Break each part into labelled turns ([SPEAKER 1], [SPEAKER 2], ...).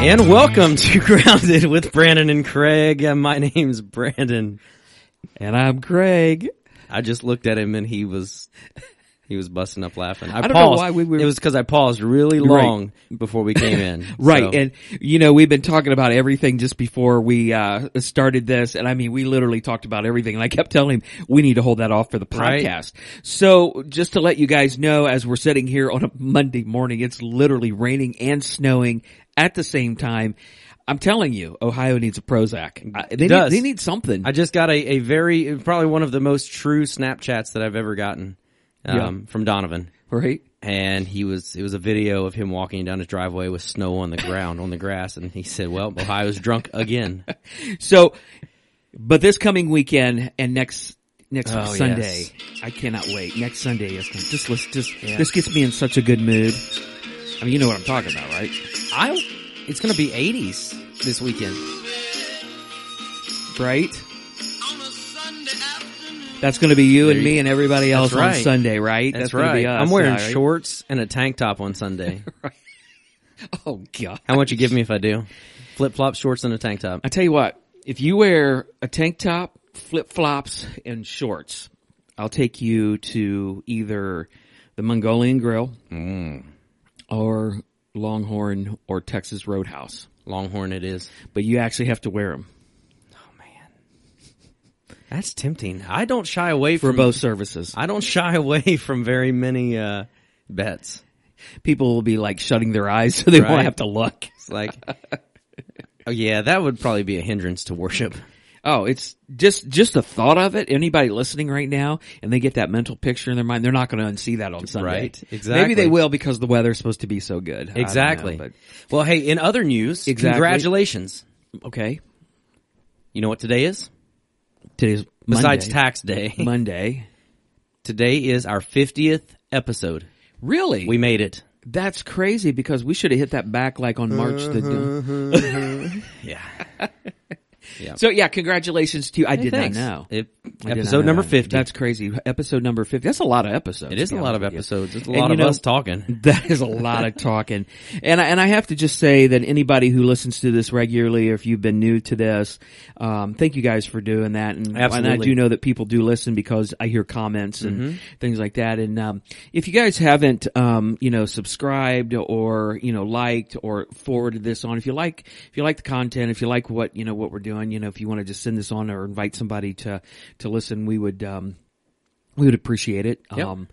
[SPEAKER 1] and welcome to Grounded with Brandon and Craig. Uh, My name's Brandon.
[SPEAKER 2] And I'm Craig.
[SPEAKER 1] I just looked at him and he was he was busting up laughing. I,
[SPEAKER 2] don't know
[SPEAKER 1] paused.
[SPEAKER 2] why we were-
[SPEAKER 1] It was because I paused really
[SPEAKER 2] Right.
[SPEAKER 1] long before we came in.
[SPEAKER 2] Right.
[SPEAKER 1] So,
[SPEAKER 2] And, you know, we've been talking about everything just before we, uh, started this. And I mean, we literally talked about everything. And I kept telling him we need to hold that off for the
[SPEAKER 1] Right.
[SPEAKER 2] podcast. So just to let you guys know, as we're sitting here on a Monday morning, it's literally raining and snowing at the same time. I'm telling you, Ohio needs a Prozac. Uh, They, need,
[SPEAKER 1] Does.
[SPEAKER 2] they need something.
[SPEAKER 1] I just got a, a very probably one of the most true Snapchats that I've ever gotten um, from Donovan.
[SPEAKER 2] right?
[SPEAKER 1] and he was it was a video of him walking down his driveway with snow on the ground on the grass and he said well ohio's drunk again
[SPEAKER 2] So, but this coming weekend and next next
[SPEAKER 1] Oh,
[SPEAKER 2] Sunday,
[SPEAKER 1] yes.
[SPEAKER 2] I cannot wait. Next Sunday is gonna- just let's just this gets me in such a good mood. I mean, you know what I'm talking about, right?
[SPEAKER 1] i it's gonna be 80s this weekend
[SPEAKER 2] Right? That's going to be you
[SPEAKER 1] There
[SPEAKER 2] and
[SPEAKER 1] you-
[SPEAKER 2] me and everybody else on
[SPEAKER 1] right.
[SPEAKER 2] Sunday, right?
[SPEAKER 1] that's,
[SPEAKER 2] gonna
[SPEAKER 1] right
[SPEAKER 2] Be us
[SPEAKER 1] i'm wearing
[SPEAKER 2] now, right?
[SPEAKER 1] shorts and a tank top on sunday
[SPEAKER 2] Oh god!
[SPEAKER 1] how much you give me if i do flip-flop shorts and a tank top
[SPEAKER 2] I tell you what, if you wear a tank top, flip flops, and shorts, I'll take you to either the Mongolian Grill
[SPEAKER 1] Mm.
[SPEAKER 2] or Longhorn or Texas Roadhouse.
[SPEAKER 1] longhorn it is
[SPEAKER 2] But you actually have to wear them
[SPEAKER 1] that's tempting i don't shy away
[SPEAKER 2] for
[SPEAKER 1] from
[SPEAKER 2] both services.
[SPEAKER 1] i don't shy away from very many uh bets
[SPEAKER 2] People will be like shutting their eyes so they won't
[SPEAKER 1] Right.
[SPEAKER 2] have to look.
[SPEAKER 1] it's like oh yeah that would probably be a hindrance to worship
[SPEAKER 2] Oh, it's just just the thought of it. Anybody listening right now, and they get that mental picture in their mind, they're not going to unsee that on Sunday.
[SPEAKER 1] Right,
[SPEAKER 2] Maybe
[SPEAKER 1] exactly.
[SPEAKER 2] they will because the weather's supposed to be so good. I don't know,
[SPEAKER 1] Exactly. well, hey, in other news,
[SPEAKER 2] Exactly.
[SPEAKER 1] congratulations.
[SPEAKER 2] but- okay.
[SPEAKER 1] You know what today is?
[SPEAKER 2] Today's
[SPEAKER 1] Besides
[SPEAKER 2] Monday.
[SPEAKER 1] tax day,
[SPEAKER 2] Monday.
[SPEAKER 1] today is our 50th episode.
[SPEAKER 2] Really?
[SPEAKER 1] We made it.
[SPEAKER 2] That's crazy because we should have hit that back like on March the.
[SPEAKER 1] Yeah.
[SPEAKER 2] So yeah, congratulations to you. I did
[SPEAKER 1] Thanks.
[SPEAKER 2] not know.
[SPEAKER 1] It-
[SPEAKER 2] I did not
[SPEAKER 1] episode
[SPEAKER 2] know
[SPEAKER 1] number
[SPEAKER 2] that.
[SPEAKER 1] 50.
[SPEAKER 2] That's crazy. Episode number 50. That's a lot of episodes.
[SPEAKER 1] it is
[SPEAKER 2] to
[SPEAKER 1] a
[SPEAKER 2] be
[SPEAKER 1] lot of
[SPEAKER 2] honest with you.
[SPEAKER 1] episodes. It's a
[SPEAKER 2] And
[SPEAKER 1] lot
[SPEAKER 2] you
[SPEAKER 1] of
[SPEAKER 2] know-
[SPEAKER 1] us talking.
[SPEAKER 2] That is a lot of talking. And I, and I have to just say that anybody who listens to this regularly, or if you've been new to this, um, thank you guys for doing that. And, and I
[SPEAKER 1] Absolutely. Mm-hmm.
[SPEAKER 2] do know that people do listen because I hear comments and things like that. And, um, if you guys haven't, um, you know, subscribed or, you know, liked or forwarded this on, if you like, if you like the content, if you like what, you know, what we're doing, you know, if you want to just send this on or invite somebody to, to listen, we would, um, we would appreciate it.
[SPEAKER 1] Yep.
[SPEAKER 2] Um,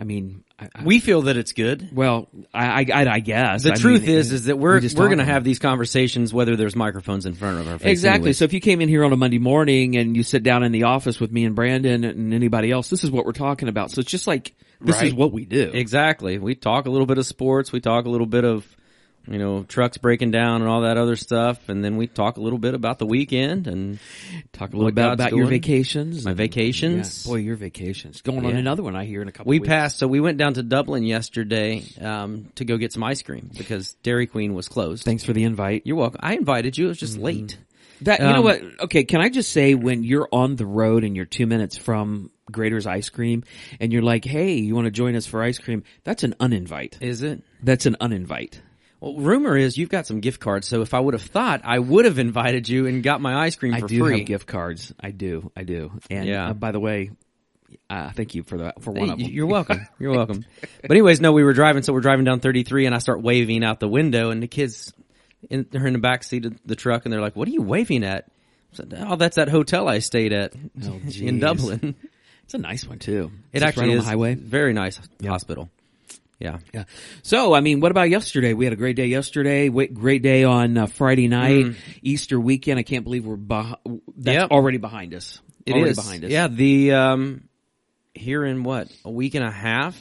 [SPEAKER 2] I mean, I, I,
[SPEAKER 1] We feel that it's good.
[SPEAKER 2] well, I, I, I guess
[SPEAKER 1] The
[SPEAKER 2] I
[SPEAKER 1] truth
[SPEAKER 2] mean,
[SPEAKER 1] is, is that we're,
[SPEAKER 2] we just
[SPEAKER 1] we're
[SPEAKER 2] talk
[SPEAKER 1] going to
[SPEAKER 2] about
[SPEAKER 1] have these conversations whether there's microphones in front of our face.
[SPEAKER 2] exactly.
[SPEAKER 1] anyways.
[SPEAKER 2] So if you came in here on a Monday morning and you sit down in the office with me and Brandon and anybody else, this is what we're talking about. So it's just like this is
[SPEAKER 1] Right.
[SPEAKER 2] what we do.
[SPEAKER 1] Exactly. We talk a little bit of sports. We talk a little bit of, you know, trucks breaking down and all that other stuff. And then we talk a little bit about the weekend and
[SPEAKER 2] Talk a little
[SPEAKER 1] What
[SPEAKER 2] bit about,
[SPEAKER 1] God's
[SPEAKER 2] your
[SPEAKER 1] doing.
[SPEAKER 2] vacations.
[SPEAKER 1] my
[SPEAKER 2] and-
[SPEAKER 1] vacations.
[SPEAKER 2] Yeah. Boy, your vacations going on
[SPEAKER 1] Yeah.
[SPEAKER 2] another one. I hear in a couple.
[SPEAKER 1] We
[SPEAKER 2] weeks.
[SPEAKER 1] passed, so we went down to Dublin yesterday um, to go get some ice cream because Dairy Queen was closed.
[SPEAKER 2] Thanks for the invite.
[SPEAKER 1] You're welcome. I invited you. It was just
[SPEAKER 2] Mm-hmm.
[SPEAKER 1] late.
[SPEAKER 2] That you know
[SPEAKER 1] Um,
[SPEAKER 2] what? Okay, can I just say when you're on the road and you're two minutes from Grater's Ice Cream and you're like, "Hey, you want to join us for ice cream?" That's an uninvite.
[SPEAKER 1] Is it?
[SPEAKER 2] That's an uninvite.
[SPEAKER 1] Well, rumor is you've got some gift cards, so if I would have thought, I would have invited you and got my ice cream
[SPEAKER 2] I
[SPEAKER 1] for
[SPEAKER 2] do
[SPEAKER 1] free.
[SPEAKER 2] have gift cards. I do. I do. And
[SPEAKER 1] Yeah.
[SPEAKER 2] uh, by the way, uh, thank you for that for one
[SPEAKER 1] Hey,
[SPEAKER 2] of
[SPEAKER 1] y-
[SPEAKER 2] them.
[SPEAKER 1] You're welcome. You're welcome. But anyways, no, we were driving, so we're driving down 33, and I start waving out the window, and the kids, in, they're in the back seat of the truck, and they're like, "What are you waving at?" I said, "Oh, that's that hotel I stayed at
[SPEAKER 2] Oh,
[SPEAKER 1] in
[SPEAKER 2] geez.
[SPEAKER 1] Dublin.
[SPEAKER 2] It's a nice one too.
[SPEAKER 1] It
[SPEAKER 2] It's
[SPEAKER 1] actually
[SPEAKER 2] right on
[SPEAKER 1] is
[SPEAKER 2] the highway.
[SPEAKER 1] Very nice hospital. Yeah,
[SPEAKER 2] Yeah. So, I mean, what about yesterday? We had a great day yesterday. wa- Great day on uh, Friday night, Easter weekend. I can't believe we're beh- that's
[SPEAKER 1] Mm. Yep.
[SPEAKER 2] already behind us.
[SPEAKER 1] It is
[SPEAKER 2] already behind us.
[SPEAKER 1] Yeah, the um, here in what a week and a half,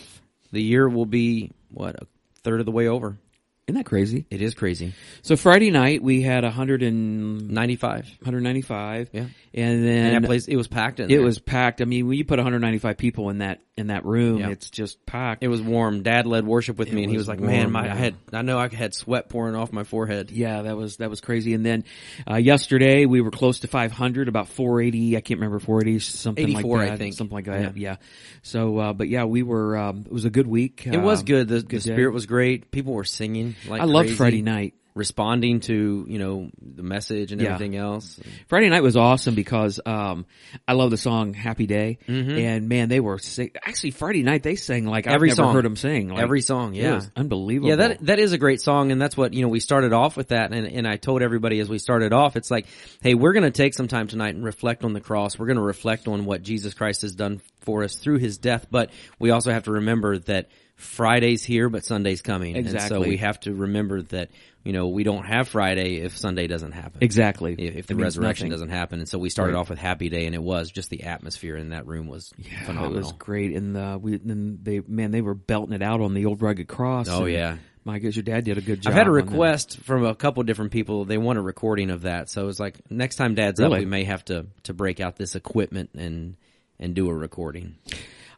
[SPEAKER 1] the year will be what a third of the way over.
[SPEAKER 2] Isn't that crazy?
[SPEAKER 1] It is crazy.
[SPEAKER 2] So Friday night we had 100 and
[SPEAKER 1] Ninety five,
[SPEAKER 2] 195.
[SPEAKER 1] Yeah.
[SPEAKER 2] And then
[SPEAKER 1] and that place it was packed in.
[SPEAKER 2] it
[SPEAKER 1] there.
[SPEAKER 2] was packed. I mean, when you put 195 people in that in that room,
[SPEAKER 1] Yeah.
[SPEAKER 2] it's just packed.
[SPEAKER 1] It was warm. Dad led worship with me, and he
[SPEAKER 2] was
[SPEAKER 1] was like,
[SPEAKER 2] warm,
[SPEAKER 1] "Man, my
[SPEAKER 2] yeah.
[SPEAKER 1] I had I know I had sweat pouring off my forehead."
[SPEAKER 2] Yeah, that was that was crazy. And then uh, yesterday we were close to 500, about 480. I can't remember 480 something
[SPEAKER 1] 84,
[SPEAKER 2] like
[SPEAKER 1] I
[SPEAKER 2] that.
[SPEAKER 1] think.
[SPEAKER 2] something like that. Yeah. So, uh, but yeah, we were. Um, it was a good week.
[SPEAKER 1] It was good. The, the
[SPEAKER 2] day.
[SPEAKER 1] spirit was great. People were singing. Like
[SPEAKER 2] I loved
[SPEAKER 1] crazy.
[SPEAKER 2] Friday night.
[SPEAKER 1] responding to you know the message and
[SPEAKER 2] Yeah.
[SPEAKER 1] everything else.
[SPEAKER 2] Friday night was awesome because um, I love the song "Happy Day," and man, they were sing- actually Friday night they sang like
[SPEAKER 1] Mm-hmm. Every
[SPEAKER 2] I've never
[SPEAKER 1] song.
[SPEAKER 2] heard them sing like,
[SPEAKER 1] Every song,
[SPEAKER 2] it
[SPEAKER 1] yeah.
[SPEAKER 2] was unbelievable.
[SPEAKER 1] Yeah, that that is a great song, and that's what you know. We started off with that, and and I told everybody as we started off, it's like, hey, we're going to take some time tonight and reflect on the cross. We're going to reflect on what Jesus Christ has done for us through His death, but we also have to remember that Friday's here, but Sunday's coming, and so
[SPEAKER 2] Exactly.
[SPEAKER 1] we have to remember that you know we don't have Friday if Sunday doesn't happen.
[SPEAKER 2] exactly.
[SPEAKER 1] If, if
[SPEAKER 2] It
[SPEAKER 1] the
[SPEAKER 2] means
[SPEAKER 1] resurrection
[SPEAKER 2] nothing.
[SPEAKER 1] doesn't happen, and so we started off with Happy Day, and it was just the atmosphere in that room was
[SPEAKER 2] Oh,
[SPEAKER 1] phenomenal.
[SPEAKER 2] it was great, and uh, we then they man they were belting it out on the old rugged cross.
[SPEAKER 1] Oh,
[SPEAKER 2] and
[SPEAKER 1] yeah.
[SPEAKER 2] my goodness, your dad did a good job.
[SPEAKER 1] I've had a
[SPEAKER 2] on that.
[SPEAKER 1] request from a couple different people. They want a recording of that. So it's like next time Dad's up, we
[SPEAKER 2] Really?
[SPEAKER 1] may have to to break out this equipment and and do a recording.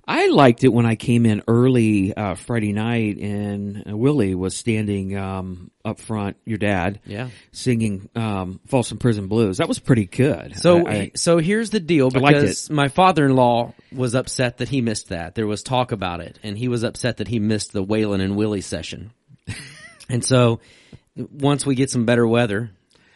[SPEAKER 2] I liked it when I came in early uh, Friday night, and uh, Willie was standing um, up front. Your dad,
[SPEAKER 1] Yeah.
[SPEAKER 2] singing um, "Folsom Prison Blues." That was pretty good.
[SPEAKER 1] So
[SPEAKER 2] I- I-
[SPEAKER 1] so here's the deal
[SPEAKER 2] liked
[SPEAKER 1] because my father-in-law was upset that he missed that. There was talk about it and he was upset that he missed the Waylon and Willie session. and so once we get some better weather,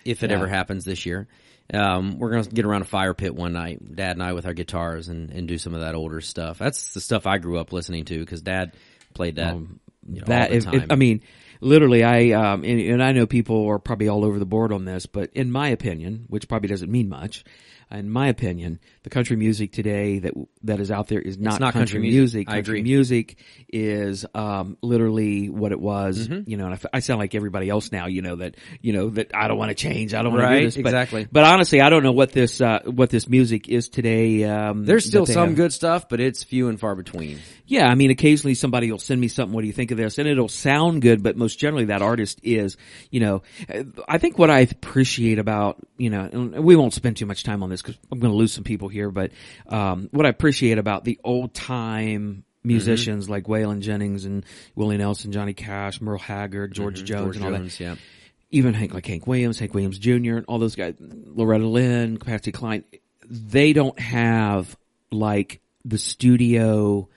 [SPEAKER 1] if it ever happens this year, um, we're going to get around a fire pit one night, dad and I with our guitars and, and do some of that older stuff. That's the stuff I grew up listening to because dad played that. you know,
[SPEAKER 2] Um, that
[SPEAKER 1] all the
[SPEAKER 2] if, if-
[SPEAKER 1] time.
[SPEAKER 2] I mean, literally, I um, and, and I know people are probably all over the board on this, but in my opinion, which probably doesn't mean much, in my opinion, the country music today that that is out there is not,
[SPEAKER 1] not country music. I
[SPEAKER 2] Country
[SPEAKER 1] agree.
[SPEAKER 2] music is um, literally what it was,
[SPEAKER 1] Mm-hmm.
[SPEAKER 2] you know. And I, f- I sound like everybody else now, you know that you know that I don't want to change. I don't want to
[SPEAKER 1] Right,
[SPEAKER 2] do this. But,
[SPEAKER 1] exactly.
[SPEAKER 2] But honestly, I don't know what this uh, what this music is today. Um,
[SPEAKER 1] there's still
[SPEAKER 2] that they
[SPEAKER 1] some
[SPEAKER 2] have.
[SPEAKER 1] good stuff, but it's few and far between.
[SPEAKER 2] Yeah, I mean, occasionally somebody will send me something. What do you think of this? And it'll sound good, but most generally, that artist is, you know, I think what I appreciate about, you know, and we won't spend too much time on this because I'm going to lose some people here, but um, what I appreciate about the old time musicians like Waylon Jennings and Willie Nelson, Johnny Cash, Merle Haggard, George Jones,
[SPEAKER 1] George
[SPEAKER 2] and all that
[SPEAKER 1] Jones, yeah.
[SPEAKER 2] even Hank like Hank Williams, Hank Williams Jr., and all those guys, Loretta Lynn, Patsy Cline, they don't have like the studio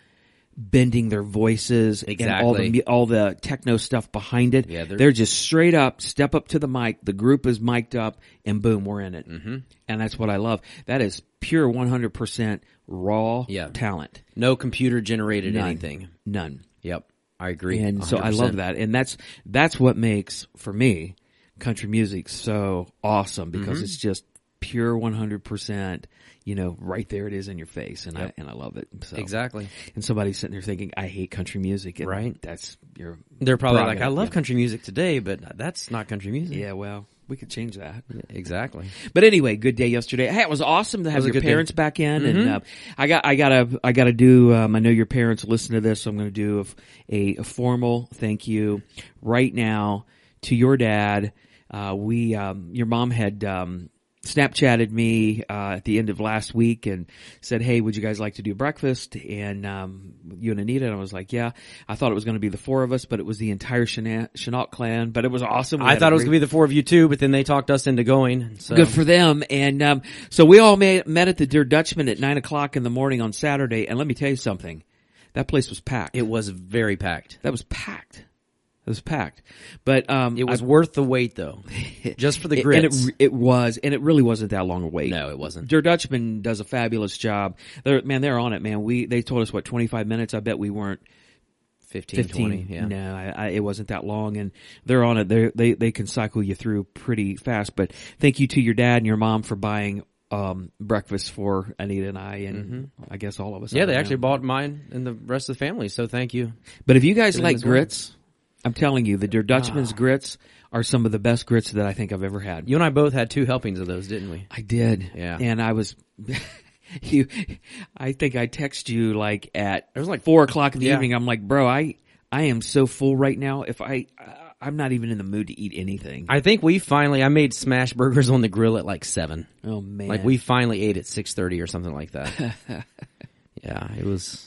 [SPEAKER 2] bending their voices and all the
[SPEAKER 1] Exactly.
[SPEAKER 2] mu- all the techno stuff behind it.
[SPEAKER 1] Yeah,
[SPEAKER 2] they're,
[SPEAKER 1] they're-
[SPEAKER 2] just straight up, step up to the mic. The group is mic'd up, and boom, we're in it. Mm-hmm. And that's what I love. That is pure one hundred percent raw
[SPEAKER 1] Yeah.
[SPEAKER 2] talent.
[SPEAKER 1] No computer generated anything.
[SPEAKER 2] None.
[SPEAKER 1] Yep. I agree.
[SPEAKER 2] and so I
[SPEAKER 1] 100%.
[SPEAKER 2] love that, and that's that's what makes for me country music so awesome because it's just pure one hundred percent. You know, right there it is in your face, and I and I love it. So.
[SPEAKER 1] Exactly.
[SPEAKER 2] And somebody's sitting there thinking, "I hate country music." And
[SPEAKER 1] Right.
[SPEAKER 2] That's your.
[SPEAKER 1] They're probably
[SPEAKER 2] Prerogative,
[SPEAKER 1] like, I love
[SPEAKER 2] yeah.
[SPEAKER 1] country music today, but that's not country music.
[SPEAKER 2] Yeah. Well, we could change that.
[SPEAKER 1] Exactly.
[SPEAKER 2] But anyway, good day yesterday. Hey, it was awesome to have
[SPEAKER 1] was a
[SPEAKER 2] your
[SPEAKER 1] good day. Mm-hmm.
[SPEAKER 2] parents back in, and uh, I got I gotta I gotta do. Um, I know your parents listen to this, so I'm gonna do a f- a, a formal thank you right now to your dad. Uh, we um, your mom had. Um, Snapchatted me uh, at the end of last week and said, "Hey, would you guys like to do breakfast?" And um, you and Anita, and I was like, "Yeah." I thought it was going to be the four of us, but it was the entire Shana- Chenault clan. But it was awesome. We
[SPEAKER 1] I
[SPEAKER 2] had a
[SPEAKER 1] thought it was
[SPEAKER 2] great-
[SPEAKER 1] going to be the four of you too, but then they talked us into going. So
[SPEAKER 2] Good for them. And um, so we all met, met at the Dear Dutchman at nine o'clock in the morning on Saturday. And let me tell you something, that place was packed.
[SPEAKER 1] it was very packed.
[SPEAKER 2] that was packed. It was packed. But um,
[SPEAKER 1] It was worth the wait though, just for the grits.
[SPEAKER 2] And it, it was, and it really wasn't that long a wait.
[SPEAKER 1] no, it wasn't.
[SPEAKER 2] Der Dutchman does a fabulous job. They're, man, they're on it, man. We they told us what twenty five minutes. I bet we weren't
[SPEAKER 1] 15,
[SPEAKER 2] 15
[SPEAKER 1] 20. Yeah.
[SPEAKER 2] no I, I, it wasn't that long and they're on it they they they can cycle you through pretty fast but thank you to your dad and your mom for buying um breakfast for anita and i and i guess all of us
[SPEAKER 1] Mm-hmm. Yeah,
[SPEAKER 2] I
[SPEAKER 1] they
[SPEAKER 2] don't
[SPEAKER 1] actually
[SPEAKER 2] know.
[SPEAKER 1] bought mine and the rest of the family. So thank you.
[SPEAKER 2] but if you guys like
[SPEAKER 1] as well.
[SPEAKER 2] grits i'm telling you the Der
[SPEAKER 1] Ah.
[SPEAKER 2] dutchman's grits are some of the best grits that i think i've ever had
[SPEAKER 1] You and I both had two helpings of those, didn't we?
[SPEAKER 2] I did.
[SPEAKER 1] Yeah.
[SPEAKER 2] And I was, you, I think I text you like at, it
[SPEAKER 1] was like-
[SPEAKER 2] four o'clock in the
[SPEAKER 1] Yeah.
[SPEAKER 2] evening. I'm like, bro, I, I am so full right now. If I, I- I'm not even in the mood to eat anything.
[SPEAKER 1] I think we finally, I made smash burgers on the grill at like seven.
[SPEAKER 2] oh man.
[SPEAKER 1] Like we finally ate at 6.30 or something like that. yeah, it was.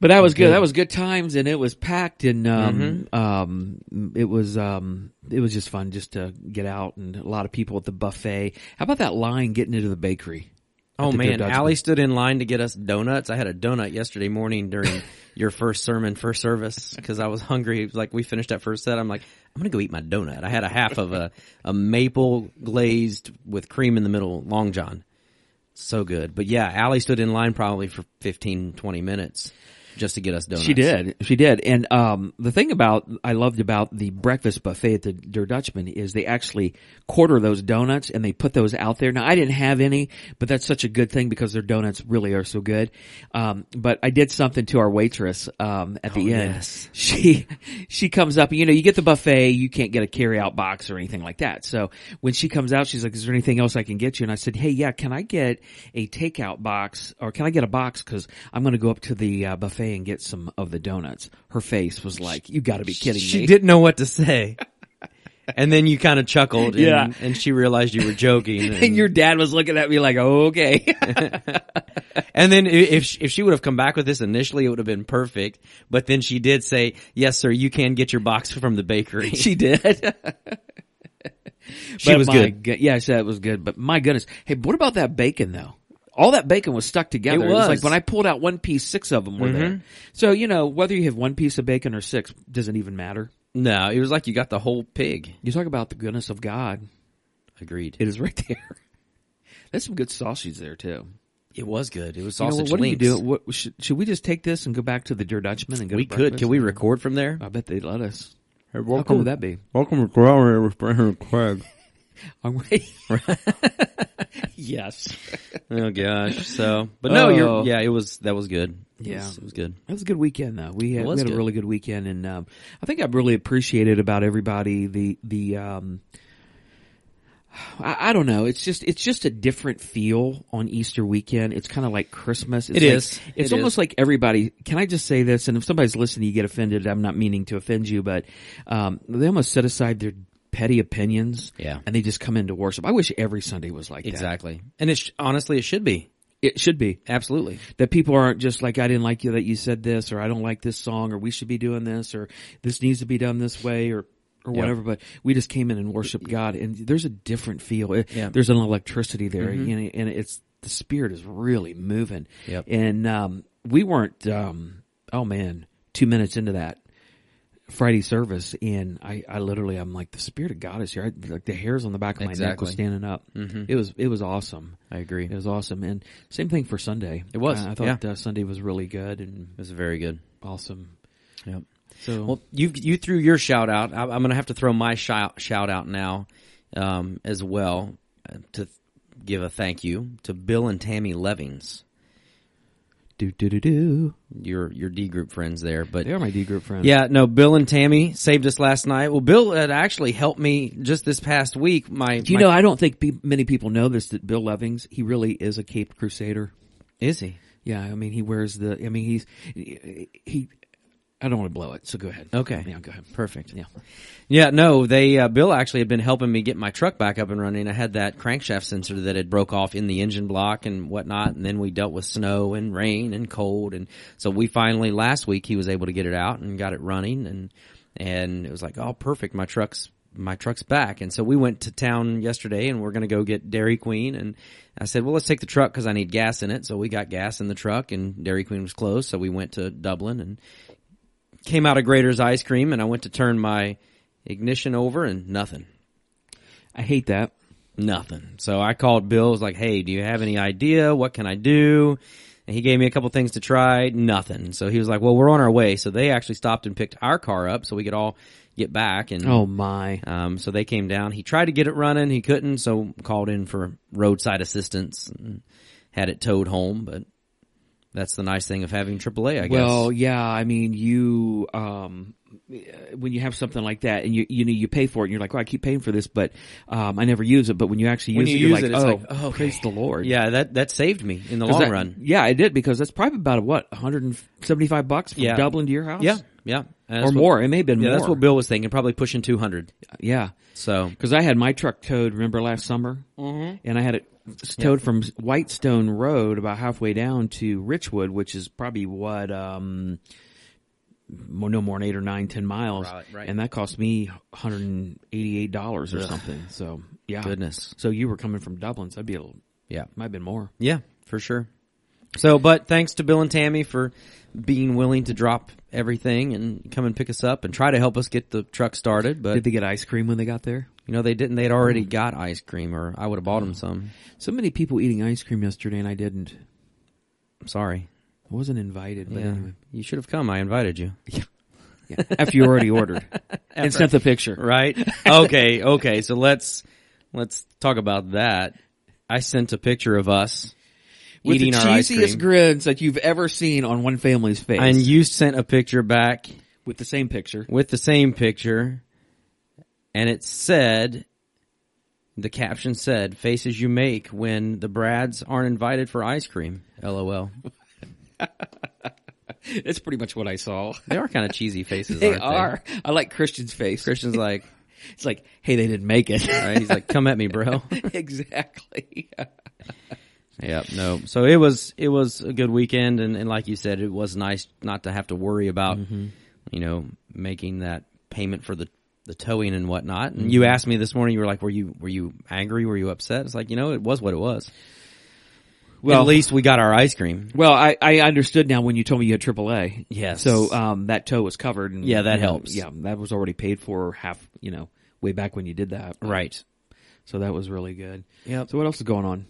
[SPEAKER 2] but that was good. That was good times and it was packed and, um,
[SPEAKER 1] Mm-hmm.
[SPEAKER 2] um, it was, um, it was just fun just to get out and a lot of people at the buffet. How about that line getting into the bakery?
[SPEAKER 1] Oh
[SPEAKER 2] think they're
[SPEAKER 1] man,
[SPEAKER 2] Dutchman.
[SPEAKER 1] Allie stood in line to get us donuts. I had a donut yesterday morning during your first sermon, first service, because I was hungry. Like we finished that first set, I'm like, I'm gonna go eat my donut. I had a half of a a maple glazed with cream in the middle long john. So good, but yeah, Allie stood in line probably for 15, 20 minutes just to get us donuts.
[SPEAKER 2] She did. She did. And um, the thing about I loved about the breakfast buffet at the Der Dutchman is they actually quarter those donuts and they put those out there. Now I didn't have any, but that's such a good thing because their donuts really are so good. Um, but I did something to our waitress um, at the end.
[SPEAKER 1] Oh, yes.
[SPEAKER 2] She she comes up. You know, you get the buffet, you can't get a carry out box or anything like that. So when she comes out, she's like, "Is there anything else I can get you?" And I said, "Hey, yeah, can I get a takeout box or can I get a box? Because I'm going to go up to the uh, buffet and get some of the donuts." Her face was like, "You got to be kidding
[SPEAKER 1] She
[SPEAKER 2] me!"
[SPEAKER 1] didn't know what to say. And then you kind of chuckled, and,
[SPEAKER 2] Yeah.
[SPEAKER 1] and she realized you were joking.
[SPEAKER 2] And your dad was looking at me like, "Okay."
[SPEAKER 1] And then i- if she, if she would have come back with this initially, it would have been perfect. But then she did say, "Yes, sir, you can get your box from the bakery."
[SPEAKER 2] she did.
[SPEAKER 1] She
[SPEAKER 2] But
[SPEAKER 1] was
[SPEAKER 2] my
[SPEAKER 1] good.
[SPEAKER 2] go- yeah, I said it was good. But my goodness, hey, what about that bacon though? All that bacon was Mm-hmm. stuck together.
[SPEAKER 1] It
[SPEAKER 2] like
[SPEAKER 1] was.
[SPEAKER 2] when I pulled out one piece, six of them were there. So you know whether you have one piece of bacon or six doesn't even matter.
[SPEAKER 1] No, it was like you got the whole pig.
[SPEAKER 2] You talk about the goodness of God;
[SPEAKER 1] Agreed. It,
[SPEAKER 2] it is right there. There's some good sausage there too.
[SPEAKER 1] was good. It was
[SPEAKER 2] You know,
[SPEAKER 1] sausage
[SPEAKER 2] what do you
[SPEAKER 1] links.
[SPEAKER 2] do? What, should, should we just take this and go back to the Der Dutchman and go?
[SPEAKER 1] We
[SPEAKER 2] to
[SPEAKER 1] could. Can
[SPEAKER 2] breakfast?
[SPEAKER 1] we record from there?
[SPEAKER 2] I bet they'd let us. How
[SPEAKER 1] welcome.
[SPEAKER 2] cool would that be?
[SPEAKER 1] Welcome to Glory with Brandon Craig.
[SPEAKER 2] I'm ready. yes.
[SPEAKER 1] Oh gosh. So, but no, you're.
[SPEAKER 2] Oh.
[SPEAKER 1] Yeah, it was. That was good. It
[SPEAKER 2] Yeah.
[SPEAKER 1] was, it was good.
[SPEAKER 2] It was a good weekend though. We had, we
[SPEAKER 1] was
[SPEAKER 2] had a
[SPEAKER 1] good.
[SPEAKER 2] really good weekend, and um, I think I really appreciated about everybody the the. Um, I, I don't know. It's just it's just a different feel on Easter weekend. It's kind of like Christmas. It's
[SPEAKER 1] It
[SPEAKER 2] like-
[SPEAKER 1] is.
[SPEAKER 2] It's
[SPEAKER 1] It
[SPEAKER 2] almost like everybody. Can I just say this? And if somebody's listening, you get offended. I'm not meaning to offend you, but um, they almost set aside their petty opinions.
[SPEAKER 1] Yeah.
[SPEAKER 2] and they just come into worship. I wish every Sunday was like that.
[SPEAKER 1] Exactly. And it's honestly, it should be
[SPEAKER 2] It should be
[SPEAKER 1] absolutely.
[SPEAKER 2] that people aren't just like I didn't like you that you said this or I don't like this song or we should be doing this or this needs to be done this way or or whatever but we just came in and worshiped God and there's a different feel It-
[SPEAKER 1] Yeah. Mm-hmm.
[SPEAKER 2] there's an electricity there you know, and it's the spirit is really moving
[SPEAKER 1] Yep.
[SPEAKER 2] and um we weren't um oh man 2 minutes into that Friday service and I, I literally I'm like the spirit of God is here I, like the hairs on the back of my neck was
[SPEAKER 1] Exactly. Mm-hmm.
[SPEAKER 2] standing up it was it was awesome
[SPEAKER 1] I agree.
[SPEAKER 2] it was awesome, and same thing for Sunday. It
[SPEAKER 1] was,
[SPEAKER 2] I thought uh, Sunday was really good and
[SPEAKER 1] It was very good.
[SPEAKER 2] awesome.
[SPEAKER 1] Yep.
[SPEAKER 2] So
[SPEAKER 1] Well, you you threw your shout out. I, I'm going to have to throw my shout shout out now um, as well uh, to th- give a thank you to Bill and Tammy Levings,
[SPEAKER 2] do do do do.
[SPEAKER 1] your your D group friends there. But
[SPEAKER 2] They are my D group friends.
[SPEAKER 1] yeah, no, Bill and Tammy saved us last night. Well, Bill had actually helped me just this past week. My
[SPEAKER 2] Do you
[SPEAKER 1] my-
[SPEAKER 2] know? I don't think pe- many people know this that Bill Levings he really is a Cape Crusader.
[SPEAKER 1] is he
[SPEAKER 2] Yeah, I mean he wears the. I mean he's he. I don't want to blow it, so go ahead.
[SPEAKER 1] okay?
[SPEAKER 2] Yeah, go ahead.
[SPEAKER 1] perfect.
[SPEAKER 2] Yeah.
[SPEAKER 1] Yeah, no, they uh, Bill actually had been helping me get my truck back up and running. I had that crankshaft sensor that had broke off in the engine block and whatnot, and then we dealt with snow and rain and cold, and so we finally last week he was able to get it out and got it running, and and it was like, oh, perfect, my truck's my truck's back, and so we went to town yesterday, and we're gonna go get Dairy Queen, and I said, well, let's take the truck because I need gas in it, so we got gas in the truck, and Dairy Queen was closed, so we went to Dublin and came out of Grater's ice cream and I went to turn my ignition over and nothing.
[SPEAKER 2] I hate that.
[SPEAKER 1] Nothing. So I called Bill, was like, Hey, do you have any idea? What can I do? And he gave me a couple things to try. Nothing. So he was like, Well, we're on our way. So they actually stopped and picked our car up so we could all get back and
[SPEAKER 2] Oh my.
[SPEAKER 1] um, so they came down. He tried to get it running. He couldn't, so called in for roadside assistance and had it towed home. But that's the nice thing of having AAA, I
[SPEAKER 2] Well,
[SPEAKER 1] guess.
[SPEAKER 2] yeah, I mean, you um, uh, when you have something like that, and you you know you pay for it, and you're like, "Oh, I keep paying for this, but um, I never use it." But when you actually
[SPEAKER 1] When
[SPEAKER 2] use
[SPEAKER 1] you
[SPEAKER 2] it,
[SPEAKER 1] use
[SPEAKER 2] you're
[SPEAKER 1] it,
[SPEAKER 2] like,
[SPEAKER 1] it's
[SPEAKER 2] "Oh,
[SPEAKER 1] like, oh, okay."
[SPEAKER 2] praise the Lord!"
[SPEAKER 1] Yeah, that, that saved me in the
[SPEAKER 2] 'Cause
[SPEAKER 1] long
[SPEAKER 2] that-
[SPEAKER 1] run.
[SPEAKER 2] Yeah, I did because that's probably about what 175 bucks from
[SPEAKER 1] Yeah.
[SPEAKER 2] Dublin to your house,
[SPEAKER 1] Yeah, yeah, And
[SPEAKER 2] or
[SPEAKER 1] that's what-
[SPEAKER 2] more. It may have been
[SPEAKER 1] Yeah,
[SPEAKER 2] more.
[SPEAKER 1] that's what Bill was thinking. Probably pushing two hundred.
[SPEAKER 2] yeah,
[SPEAKER 1] So
[SPEAKER 2] because I had my truck towed. Remember last summer, mm-hmm. and I had it towed from Whitestone Road about halfway down to Richwood, which is probably what um, mo- no more than eight or nine, ten miles,
[SPEAKER 1] Right, right.
[SPEAKER 2] and that cost me one hundred and eighty-eight dollars or something. So yeah,
[SPEAKER 1] goodness,
[SPEAKER 2] So you were coming from Dublin, so that'd be a little,
[SPEAKER 1] yeah,
[SPEAKER 2] might have been more.
[SPEAKER 1] yeah, for sure. So, but thanks to Bill and Tammy for being willing to drop everything and come and pick us up and try to help us get the truck started. But
[SPEAKER 2] Did they Mm-hmm. get ice cream when they got there?
[SPEAKER 1] you know, they didn't. They'd already got ice cream, or I would have bought them
[SPEAKER 2] Mm-hmm.
[SPEAKER 1] some.
[SPEAKER 2] So many people eating ice cream yesterday, and I didn't.
[SPEAKER 1] I'm sorry.
[SPEAKER 2] I wasn't invited, but
[SPEAKER 1] Yeah,
[SPEAKER 2] anyway.
[SPEAKER 1] you should have come. I invited you.
[SPEAKER 2] Yeah. After you already ordered and sent the picture.
[SPEAKER 1] right? Okay, okay. So let's let's talk about that. I sent a picture of us
[SPEAKER 2] With
[SPEAKER 1] eating
[SPEAKER 2] the
[SPEAKER 1] our ice
[SPEAKER 2] cheesiest
[SPEAKER 1] cream,
[SPEAKER 2] grins that you've ever seen on one family's face.
[SPEAKER 1] and you sent a picture back
[SPEAKER 2] with the same picture.
[SPEAKER 1] with the same picture, and it said. The caption said, "Faces you make when the Brads aren't invited for ice cream." LOL.
[SPEAKER 2] That's pretty much what I saw.
[SPEAKER 1] They are kind of cheesy faces.
[SPEAKER 2] They
[SPEAKER 1] aren't
[SPEAKER 2] are. I like Christian's face.
[SPEAKER 1] Christian's like,
[SPEAKER 2] It's like, hey, they didn't make it.
[SPEAKER 1] right? he's like, "Come at me, bro."
[SPEAKER 2] exactly.
[SPEAKER 1] Yeah, no. So it was it was a good weekend, and, and like you said, it was nice not to have to worry about you know making that payment for the the towing and whatnot. And you asked me this morning, you were like, "Were you were you angry? Were you upset?" It's like you know, it was what it was. Well,
[SPEAKER 2] Well-
[SPEAKER 1] at least we got our ice cream.
[SPEAKER 2] Well, I, I understood now when you told me you had AAA.
[SPEAKER 1] Yes.
[SPEAKER 2] So um, that toe was covered. And,
[SPEAKER 1] Yeah, that helps.
[SPEAKER 2] Yeah, that was already paid for half, you know, way back when you did that.
[SPEAKER 1] Right.
[SPEAKER 2] So that was really good.
[SPEAKER 1] Yep.
[SPEAKER 2] So what else is going on?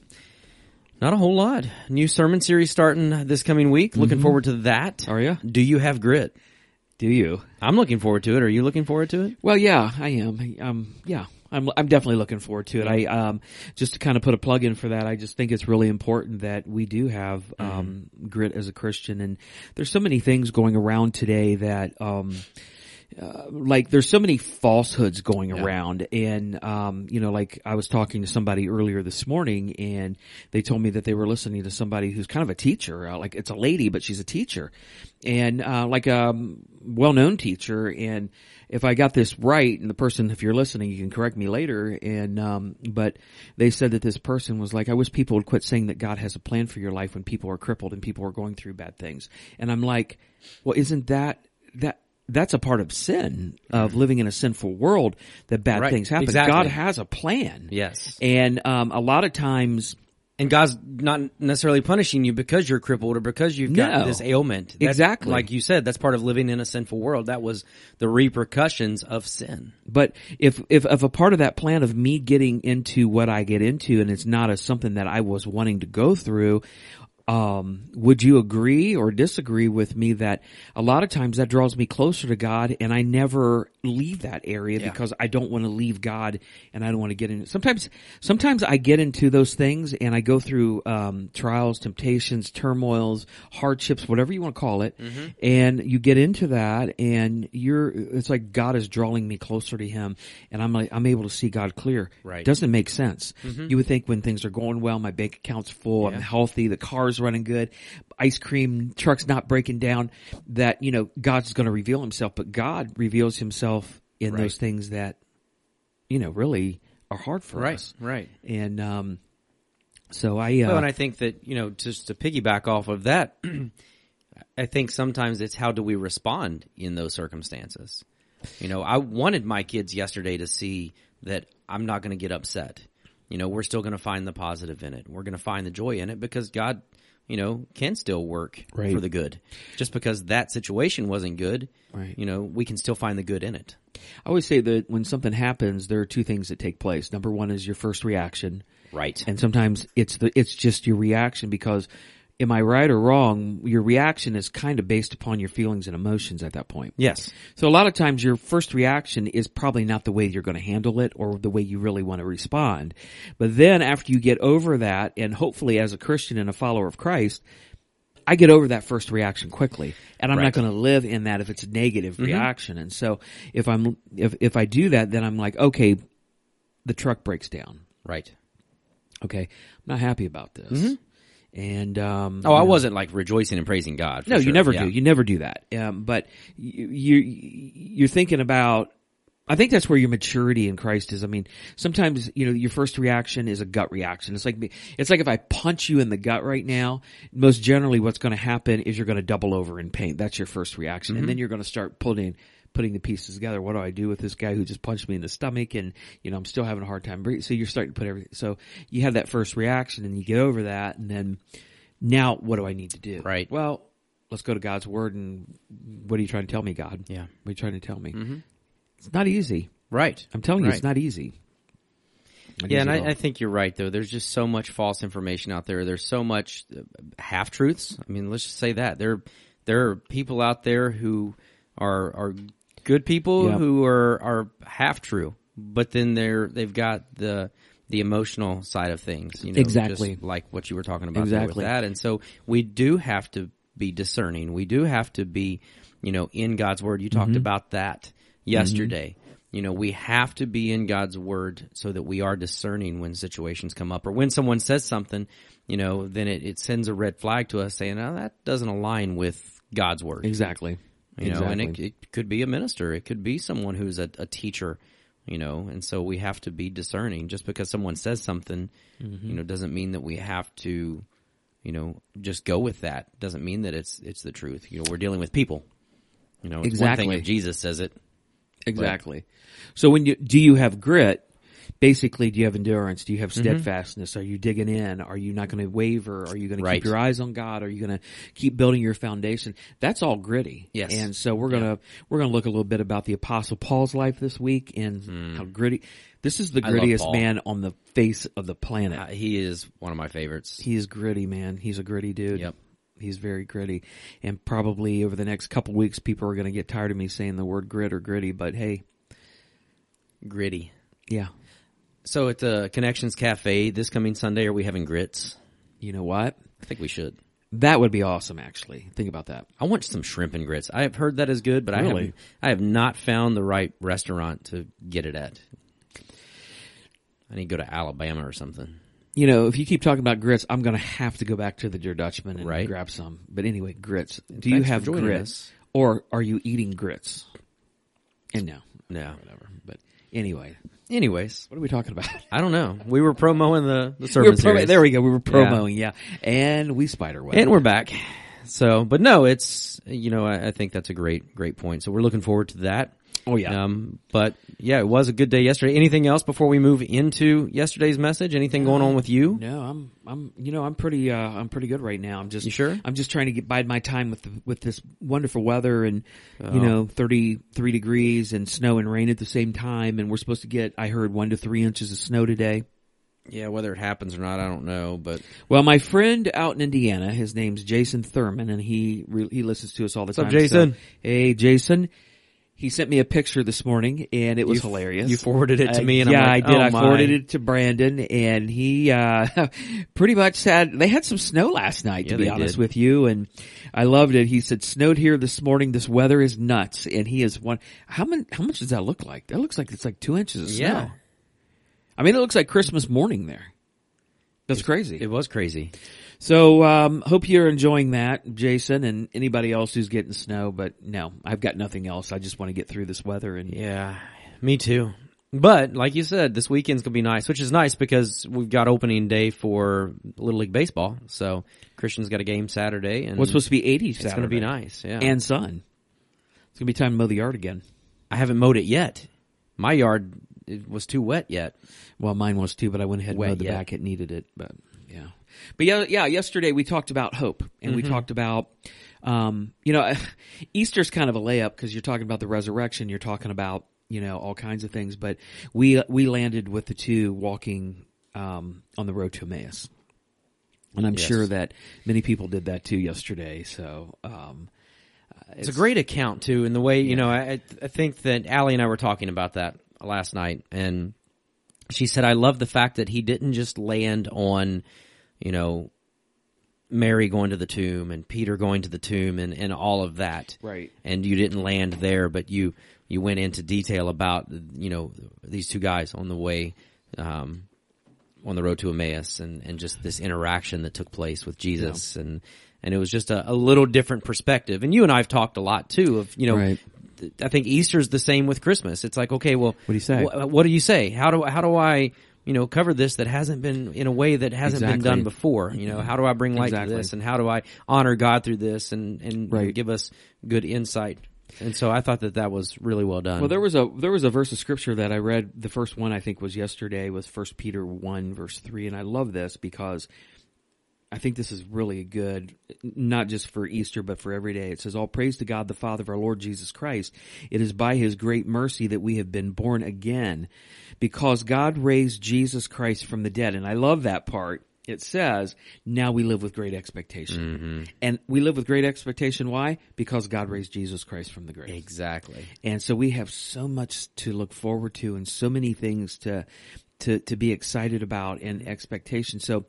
[SPEAKER 1] Not a whole lot. New sermon series starting this coming week. Looking forward to that.
[SPEAKER 2] Are you?
[SPEAKER 1] Do you have grit?
[SPEAKER 2] Do you?
[SPEAKER 1] I'm looking forward to it. Are you looking forward to it?
[SPEAKER 2] Well, yeah, I am. Um, yeah, I'm. I'm definitely looking forward to it. I um, just to kind of put a plug in for that. I just think it's really important that we do have um, grit as a Christian, and there's so many things going around today that um, like there's so many falsehoods going around and um you know like I was talking to somebody earlier this morning and they told me that they were listening to somebody who's kind of a teacher uh, like it's a lady but she's a teacher and uh like a well-known teacher and if I got this right and the person if you're listening you can correct me later and um but they said that this person was like I wish people would quit saying that God has a plan for your life when people are crippled and people are going through bad things and I'm like well isn't that that that's a part of sin of living in a sinful world that bad
[SPEAKER 1] Mm-hmm. Right.
[SPEAKER 2] things happen.
[SPEAKER 1] Exactly.
[SPEAKER 2] God has a plan.
[SPEAKER 1] Yes.
[SPEAKER 2] And um, a lot of times
[SPEAKER 1] and God's not necessarily punishing you because you're crippled or because you've
[SPEAKER 2] No.
[SPEAKER 1] got this ailment. That's-
[SPEAKER 2] Exactly.
[SPEAKER 1] Like you said, that's part of living in a sinful world. That was the repercussions of sin.
[SPEAKER 2] But if, if, if a part of that plan of me getting into what I get into and it's not as something that I was wanting to go through, um, would you agree or disagree with me that a lot of times that draws me closer to God and I never leave that area because I don't want to leave God and I don't want to get in. Sometimes, sometimes I get into those things and I go through, um, trials, temptations, turmoils, hardships, whatever you want to call it. And you get into that and you're, it's like God is drawing me closer to him and I'm like, I'm able to see God clear.
[SPEAKER 1] Right.
[SPEAKER 2] Doesn't make sense. You would think when things are going well, my bank account's full, I'm healthy, the car's running good, ice cream truck's not breaking down, that, you know, God's going to reveal himself, but God reveals himself in those things that, you know, really are hard for us.
[SPEAKER 1] Right.
[SPEAKER 2] And, um, so I, uh,
[SPEAKER 1] Well, and I think that, you know, just to piggyback off of that, I think sometimes it's how do we respond in those circumstances? You know, I wanted my kids yesterday to see that I'm not going to get upset. You know, we're still going to find the positive in it. We're going to find the joy in it because God, you know, can still work
[SPEAKER 2] Right.
[SPEAKER 1] for the good. Just because that situation wasn't good,
[SPEAKER 2] Right.
[SPEAKER 1] you know, we can still find the good in it.
[SPEAKER 2] I always say that when something happens, there are two things that take place. Number one is your first reaction.
[SPEAKER 1] Right.
[SPEAKER 2] And sometimes it's the it's just your reaction because am I right or wrong? Your reaction is kind of based upon your feelings and emotions at that point.
[SPEAKER 1] yes.
[SPEAKER 2] So a lot of times your first reaction is probably not the way you're going to handle it or the way you really want to respond. But then after you get over that and hopefully as a Christian and a follower of Christ, I get over that first reaction quickly and I'm not going to live in that if it's a negative
[SPEAKER 1] Mm-hmm.
[SPEAKER 2] reaction. And so if I'm, if, if I do that, then I'm like, okay, the truck breaks down.
[SPEAKER 1] Right.
[SPEAKER 2] Okay. I'm not happy about this. And, um,
[SPEAKER 1] Mm-hmm. Oh, I wasn't like rejoicing and praising God. for
[SPEAKER 2] no, you
[SPEAKER 1] sure.
[SPEAKER 2] never
[SPEAKER 1] Yeah.
[SPEAKER 2] do. You never do that. Um, but you, you you're thinking about. I think that's where your maturity in Christ is. I mean, sometimes you know your first reaction is a gut reaction. It's like me- it's like if I punch you in the gut right now. Most generally, what's going to happen is you're going to double over in pain. That's your first reaction,
[SPEAKER 1] Mm-hmm.
[SPEAKER 2] and then you're going to start putting putting the pieces together. What do I do with this guy who just punched me in the stomach? And you know, I'm still having a hard time breathing. So you're starting to put everything. So you have that first reaction, and you get over that, and then Now, what do I need to do?
[SPEAKER 1] Right.
[SPEAKER 2] Well, let's go to God's word and what are you trying to tell me, God?
[SPEAKER 1] Yeah.
[SPEAKER 2] What are you trying to tell me? It's not easy.
[SPEAKER 1] Right.
[SPEAKER 2] I'm telling you,
[SPEAKER 1] Right.
[SPEAKER 2] it's not easy. Not
[SPEAKER 1] Yeah,
[SPEAKER 2] easy
[SPEAKER 1] and
[SPEAKER 2] at all.
[SPEAKER 1] I, I think you're right though. There's just so much false information out there. There's so much half truths. I mean, let's just say that there there are people out there who are are good people
[SPEAKER 2] Yeah.
[SPEAKER 1] who are are half true, but then they're they've got the the emotional side of things. You know,
[SPEAKER 2] Exactly.
[SPEAKER 1] just like what you were talking about there
[SPEAKER 2] Exactly.
[SPEAKER 1] with that. And so we do have to be discerning. We do have to be, you know, in God's word. You talked about that yesterday. You know, we have to be in God's word so that we are discerning when situations come up or when someone says something, you know, then it, it sends a red flag to us saying, oh, that doesn't align with God's word.
[SPEAKER 2] exactly.
[SPEAKER 1] You know,
[SPEAKER 2] exactly.
[SPEAKER 1] and it, it could be a minister. It could be someone who's a, a teacher, you know, and so we have to be discerning. Just because someone says something,
[SPEAKER 2] Mm-hmm.
[SPEAKER 1] you know, doesn't mean that we have to, you know, just go with that. Doesn't mean that it's it's the truth. You know, we're dealing with people. You know, it's one
[SPEAKER 2] Exactly.
[SPEAKER 1] thing if Jesus says it.
[SPEAKER 2] Exactly. so when you do you have grit? Basically, do you have endurance? Do you
[SPEAKER 1] Mm-hmm.
[SPEAKER 2] have steadfastness? Are you digging in? Are you not going to waver? Are you going to
[SPEAKER 1] Right.
[SPEAKER 2] keep your eyes on God? Are you going to keep building your foundation? That's all gritty.
[SPEAKER 1] Yes.
[SPEAKER 2] And so we're gonna we're gonna look a little bit about the Apostle Paul's life this week and how gritty. This is the
[SPEAKER 1] Mm. love
[SPEAKER 2] grittiest
[SPEAKER 1] Paul.
[SPEAKER 2] man on the face of the planet.
[SPEAKER 1] Uh, he is one of my favorites.
[SPEAKER 2] He is gritty, man. He's a gritty dude.
[SPEAKER 1] Yep.
[SPEAKER 2] He's very gritty. And probably over the next couple weeks, people are going to get tired of me saying the word grit or gritty, but hey,
[SPEAKER 1] Gritty.
[SPEAKER 2] yeah.
[SPEAKER 1] So at the Connections Cafe this coming Sunday, are we having grits?
[SPEAKER 2] You know what?
[SPEAKER 1] I think we should.
[SPEAKER 2] That would be awesome, actually. Think about that.
[SPEAKER 1] I want some shrimp and grits. I have heard that is good, but I
[SPEAKER 2] Really?
[SPEAKER 1] have I have not found the right restaurant to get it at. I need to go to Alabama or something.
[SPEAKER 2] You know, if you keep talking about grits, I'm going to have to go back to the Dear Dutchman and
[SPEAKER 1] Right.
[SPEAKER 2] grab some. But anyway, grits. Do
[SPEAKER 1] for
[SPEAKER 2] you have
[SPEAKER 1] joining
[SPEAKER 2] grits?
[SPEAKER 1] us.
[SPEAKER 2] Or are you eating grits? And no.
[SPEAKER 1] No.
[SPEAKER 2] Whatever. But anyway,
[SPEAKER 1] Anyways,
[SPEAKER 2] what are we talking about?
[SPEAKER 1] I don't know. We were promoting the the
[SPEAKER 2] We
[SPEAKER 1] sermon
[SPEAKER 2] were promo-
[SPEAKER 1] series.
[SPEAKER 2] there we go. We were promoting, yeah. And we spider web.
[SPEAKER 1] and we're back. So, but no, it's you know I, I think that's a great great point. So we're looking forward to that.
[SPEAKER 2] Oh, yeah.
[SPEAKER 1] Um, but yeah, it was a good day yesterday. Anything else before we move into yesterday's message? Anything going on with you?
[SPEAKER 2] No, I'm I'm you know I'm pretty uh, I'm pretty good right now. I'm just
[SPEAKER 1] You sure?
[SPEAKER 2] I'm just trying to get bide my time with the, with this wonderful weather and
[SPEAKER 1] Oh.
[SPEAKER 2] you know 33 degrees and snow and rain at the same time and we're supposed to get I heard 1 to 3 inches of snow today.
[SPEAKER 1] Yeah, whether it happens or not, I don't know. But
[SPEAKER 2] Well, my friend out in Indiana, his name's Jason Thurman and he re- he listens to us all the
[SPEAKER 1] up,
[SPEAKER 2] time.
[SPEAKER 1] Jason?
[SPEAKER 2] So, hey Jason, he sent me a picture this morning and it was
[SPEAKER 1] You f-
[SPEAKER 2] hilarious.
[SPEAKER 1] You forwarded it to
[SPEAKER 2] Uh,
[SPEAKER 1] me, and
[SPEAKER 2] yeah,
[SPEAKER 1] I'm like,
[SPEAKER 2] I did.
[SPEAKER 1] "Oh
[SPEAKER 2] I
[SPEAKER 1] my."
[SPEAKER 2] forwarded it to Brandon, and he uh, pretty much had. They had some snow last night,
[SPEAKER 1] Yeah,
[SPEAKER 2] to be
[SPEAKER 1] they
[SPEAKER 2] honest
[SPEAKER 1] did.
[SPEAKER 2] with you, and I loved it. He said, "Snowed here this morning. This weather is nuts." And he is one. How many? How much does that look like? That looks like it's like two inches of snow.
[SPEAKER 1] Yeah.
[SPEAKER 2] I mean, it looks like Christmas morning there. That's crazy.
[SPEAKER 1] It was crazy.
[SPEAKER 2] So, um, hope you're enjoying that, Jason, and anybody else who's getting snow. But no, I've got nothing else. I just want to get through this weather and
[SPEAKER 1] Yeah, me too. But like you said, this weekend's gonna be nice, which is nice because we've got opening day for Little League baseball. So Christian's got a game Saturday, and
[SPEAKER 2] What's supposed to be 80 Saturday.
[SPEAKER 1] Mm. it's gonna be nice. Yeah,
[SPEAKER 2] and sun. It's gonna be time to mow the yard again.
[SPEAKER 1] I haven't mowed it yet. My yard it was too wet yet.
[SPEAKER 2] Well, mine was too, but I went ahead and
[SPEAKER 1] Wet
[SPEAKER 2] mowed the
[SPEAKER 1] yet.
[SPEAKER 2] back. It needed it, but yeah. But yeah, yeah. Yesterday we talked about hope, and
[SPEAKER 1] Mm-hmm.
[SPEAKER 2] we talked about, um, you know, Easter's kind of a layup because you're talking about the resurrection. You're talking about you know all kinds of things, but we we landed with the two walking um, on the road to Emmaus. And I'm
[SPEAKER 1] Yes.
[SPEAKER 2] sure that many people did that too yesterday. So, um,
[SPEAKER 1] It's, a great account too, in the way you know. I, I think that Allie and I were talking about that last night, and she said, "I love the fact that he didn't just land on, you know, Mary going to the tomb and Peter going to the tomb and and all of that,
[SPEAKER 2] Right.
[SPEAKER 1] And you didn't land there, but you you went into detail about you know these two guys on the way." Um, on the road to Emmaus and, and just this interaction that took place with Jesus and, and it was just a, a little different perspective. And you and I have talked a lot too of, you know,
[SPEAKER 2] Right.
[SPEAKER 1] th- I think Easter's the same with Christmas. It's like, okay, well, what
[SPEAKER 2] do you say?
[SPEAKER 1] Wh- uh, what do you say? How do, how do I, you know, cover this that hasn't been in a way that hasn't
[SPEAKER 2] Exactly.
[SPEAKER 1] been done before? You know, how do I bring light
[SPEAKER 2] Exactly.
[SPEAKER 1] to this and how do I honor God through this and, and you know,
[SPEAKER 2] Right.
[SPEAKER 1] give us good insight? And so I thought that that was really well done.
[SPEAKER 2] Well, there was a there was a verse of scripture that I read. The first one I think was yesterday was First Peter one verse three, and I love this because I think this is really good, not just for Easter, but for every day. It says, All praise to God, the Father of our Lord Jesus Christ. It is by his great mercy that we have been born again because God raised Jesus Christ from the dead. And I love that part. It says, Now we live with great expectation. And we live with great expectation. Why? Because God raised Jesus Christ from the grave.
[SPEAKER 1] Exactly.
[SPEAKER 2] And so we have so much to look forward to and so many things to, to, to be excited about and expectation. So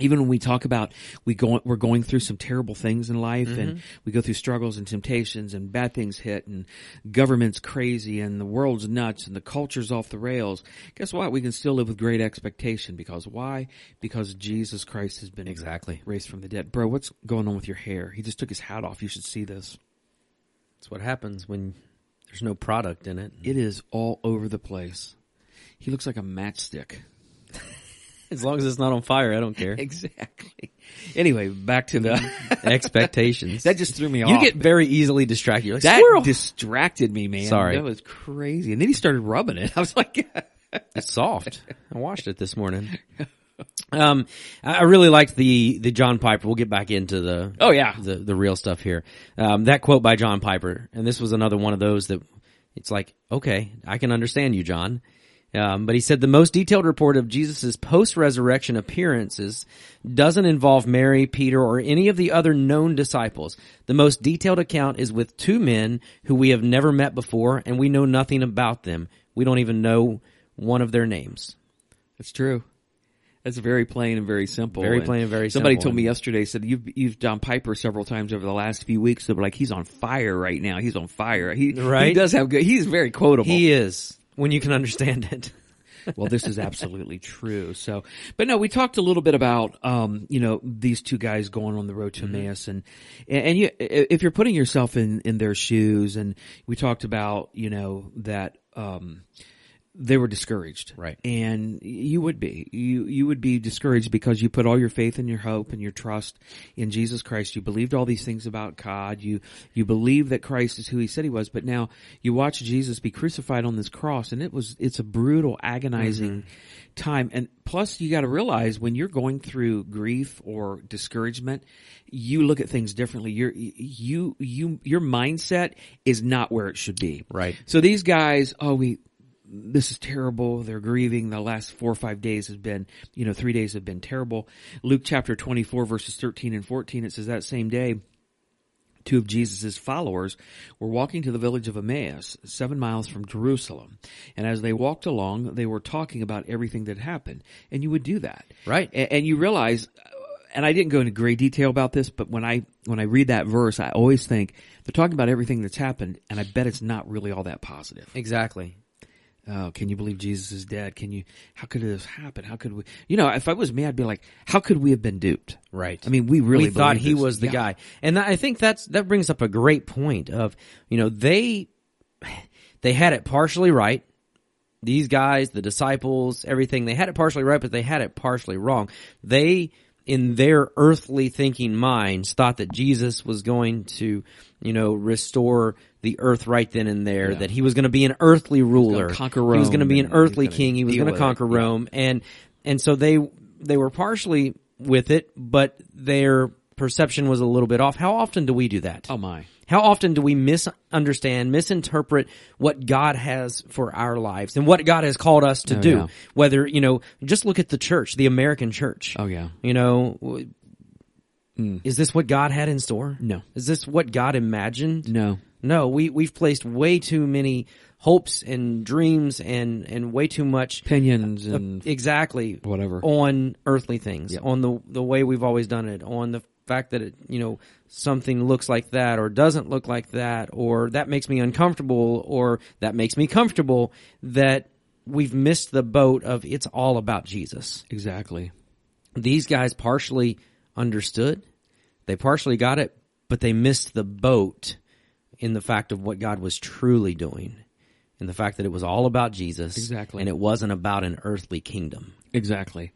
[SPEAKER 2] even when we talk about we go, we're going through some terrible things in life and we go through struggles and temptations and bad things hit and government's crazy and the world's nuts and the culture's off the rails. Guess what? We can still live with great expectation because why? Because Jesus Christ has been
[SPEAKER 1] Exactly.
[SPEAKER 2] raised from the dead. Bro, what's going on with your hair? He just took his hat off. You should see this.
[SPEAKER 1] That's what happens when there's no product in it.
[SPEAKER 2] It is all over the place. He looks like a matchstick.
[SPEAKER 1] As long as it's not on fire, I don't care.
[SPEAKER 2] Exactly. Anyway, back to the
[SPEAKER 1] Expectations.
[SPEAKER 2] that just threw me off.
[SPEAKER 1] you get very easily distracted. You're like,
[SPEAKER 2] that
[SPEAKER 1] squirrel.
[SPEAKER 2] distracted me, man.
[SPEAKER 1] Sorry.
[SPEAKER 2] that was crazy. And then he started rubbing it. I was like,
[SPEAKER 1] It's soft. I watched it this morning. Um, I I really liked the the John Piper. We'll get back into the
[SPEAKER 2] Oh, yeah.
[SPEAKER 1] the the real stuff here. Um, that quote by John Piper, and this was another one of those that it's like, okay, I can understand you, John. Um, but he said the most detailed report of Jesus' post-resurrection appearances doesn't involve Mary, Peter, or any of the other known disciples. The most detailed account is with two men who we have never met before, and we know nothing about them. We don't even know one of their names.
[SPEAKER 2] "That's true." That's very plain and very simple.
[SPEAKER 1] Very plain and very
[SPEAKER 2] Somebody
[SPEAKER 1] simple.
[SPEAKER 2] told me yesterday said you've you've John Piper several times over the last few weeks. They were like, "He's on fire right now. He's on fire." He
[SPEAKER 1] Right?
[SPEAKER 2] He does have good. He's very quotable.
[SPEAKER 1] He is when you can understand it.
[SPEAKER 2] well, this is absolutely true. So, but no, we talked a little bit about, um, you know, these two guys going on the road to Emmaus and, and you, if you're putting yourself in, in their shoes and we talked about, you know, that, um, they were discouraged.
[SPEAKER 1] Right.
[SPEAKER 2] And you would be. You you would be discouraged because you put all your faith and your hope and your trust in Jesus Christ. You believed all these things about God. You you believe that Christ is who he said he was, but now you watch Jesus be crucified on this cross and it was it's a brutal agonizing time. And plus you got to realize when you're going through grief or discouragement, you look at things differently. Your you you your mindset is not where it should be.
[SPEAKER 1] Right.
[SPEAKER 2] So these guys, oh, we, this is terrible. They're grieving. The last four or five days has been, you know, three days have been terrible. Luke chapter 24 verses 13 and 14, it says that same day, two of Jesus' followers were walking to the village of Emmaus, seven miles from Jerusalem. And as they walked along, they were talking about everything that happened. And you would do that.
[SPEAKER 1] Right.
[SPEAKER 2] A- And, you realize, uh, and I didn't go into great detail about this, but when I, when I read that verse, I always think they're talking about everything that's happened. And I bet it's not really all that positive.
[SPEAKER 1] Exactly.
[SPEAKER 2] Oh, can you believe Jesus is dead? Can you, how could this happen? How could we, you know, if I was me, I'd be like, how could we have been duped?
[SPEAKER 1] Right.
[SPEAKER 2] I mean, we really
[SPEAKER 1] we thought
[SPEAKER 2] believed
[SPEAKER 1] he
[SPEAKER 2] this.
[SPEAKER 1] was the
[SPEAKER 2] Yeah.
[SPEAKER 1] guy, and I think that's that brings up a great point of you know they they had it partially right. These guys, the disciples, everything they had it partially right, but they had it partially wrong. They in their earthly thinking minds thought that Jesus was going to, you know, restore the earth right then and there, that he was going to be an earthly ruler.
[SPEAKER 2] conquer
[SPEAKER 1] He was going to
[SPEAKER 2] Rome
[SPEAKER 1] be an
[SPEAKER 2] and he was
[SPEAKER 1] earthly
[SPEAKER 2] gonna
[SPEAKER 1] king. He was
[SPEAKER 2] deal
[SPEAKER 1] going to
[SPEAKER 2] with it.
[SPEAKER 1] conquer Rome. Rome, and and so they they were partially with it, but their perception was a little bit off. How often do we do that?
[SPEAKER 2] Oh my.
[SPEAKER 1] How often do we misunderstand, misinterpret what God has for our lives and what God has called us to do?
[SPEAKER 2] Oh, yeah.
[SPEAKER 1] Whether you know, just look at the church, the American church.
[SPEAKER 2] Oh, yeah. Hmm.
[SPEAKER 1] you know. w- Is this what God had in store?
[SPEAKER 2] No.
[SPEAKER 1] Is this what God imagined?
[SPEAKER 2] No.
[SPEAKER 1] No, we we've placed way too many hopes and dreams and and way too much
[SPEAKER 2] Opinions and
[SPEAKER 1] Uh, exactly
[SPEAKER 2] Whatever.
[SPEAKER 1] on earthly things on the the way we've always done it on the fact that it you know something looks like that or doesn't look like that or that makes me uncomfortable or that makes me comfortable that we've missed the boat of it's all about Jesus
[SPEAKER 2] exactly.
[SPEAKER 1] these guys partially understood, they partially got it, but they missed the boat in the fact of what God was truly doing, in the fact that it was all about Jesus,
[SPEAKER 2] Exactly.
[SPEAKER 1] and it wasn't about an earthly kingdom.
[SPEAKER 2] Exactly.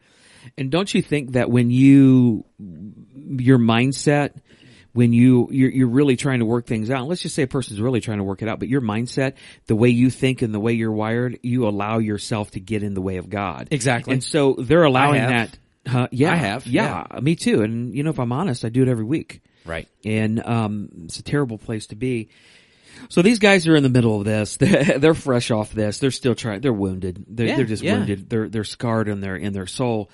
[SPEAKER 2] And don't you think that when you your mindset when you you're, you're really trying to work things out, let's just say a person's really trying to work it out, but your mindset, the way you think and the way you're wired, you allow yourself to get in the way of God.
[SPEAKER 1] Exactly.
[SPEAKER 2] And so they're allowing
[SPEAKER 1] I have.
[SPEAKER 2] that Huh? yeah,
[SPEAKER 1] I have,
[SPEAKER 2] Yeah, me too. And you know, if I'm honest, I do it every week.
[SPEAKER 1] Right.
[SPEAKER 2] And um, it's a terrible place to be. So these guys are in the middle of this. They're, they're fresh off this. They're still trying. They're wounded. They're,
[SPEAKER 1] Yeah,
[SPEAKER 2] they're just
[SPEAKER 1] yeah.
[SPEAKER 2] wounded. They're they're scarred in their in their soul.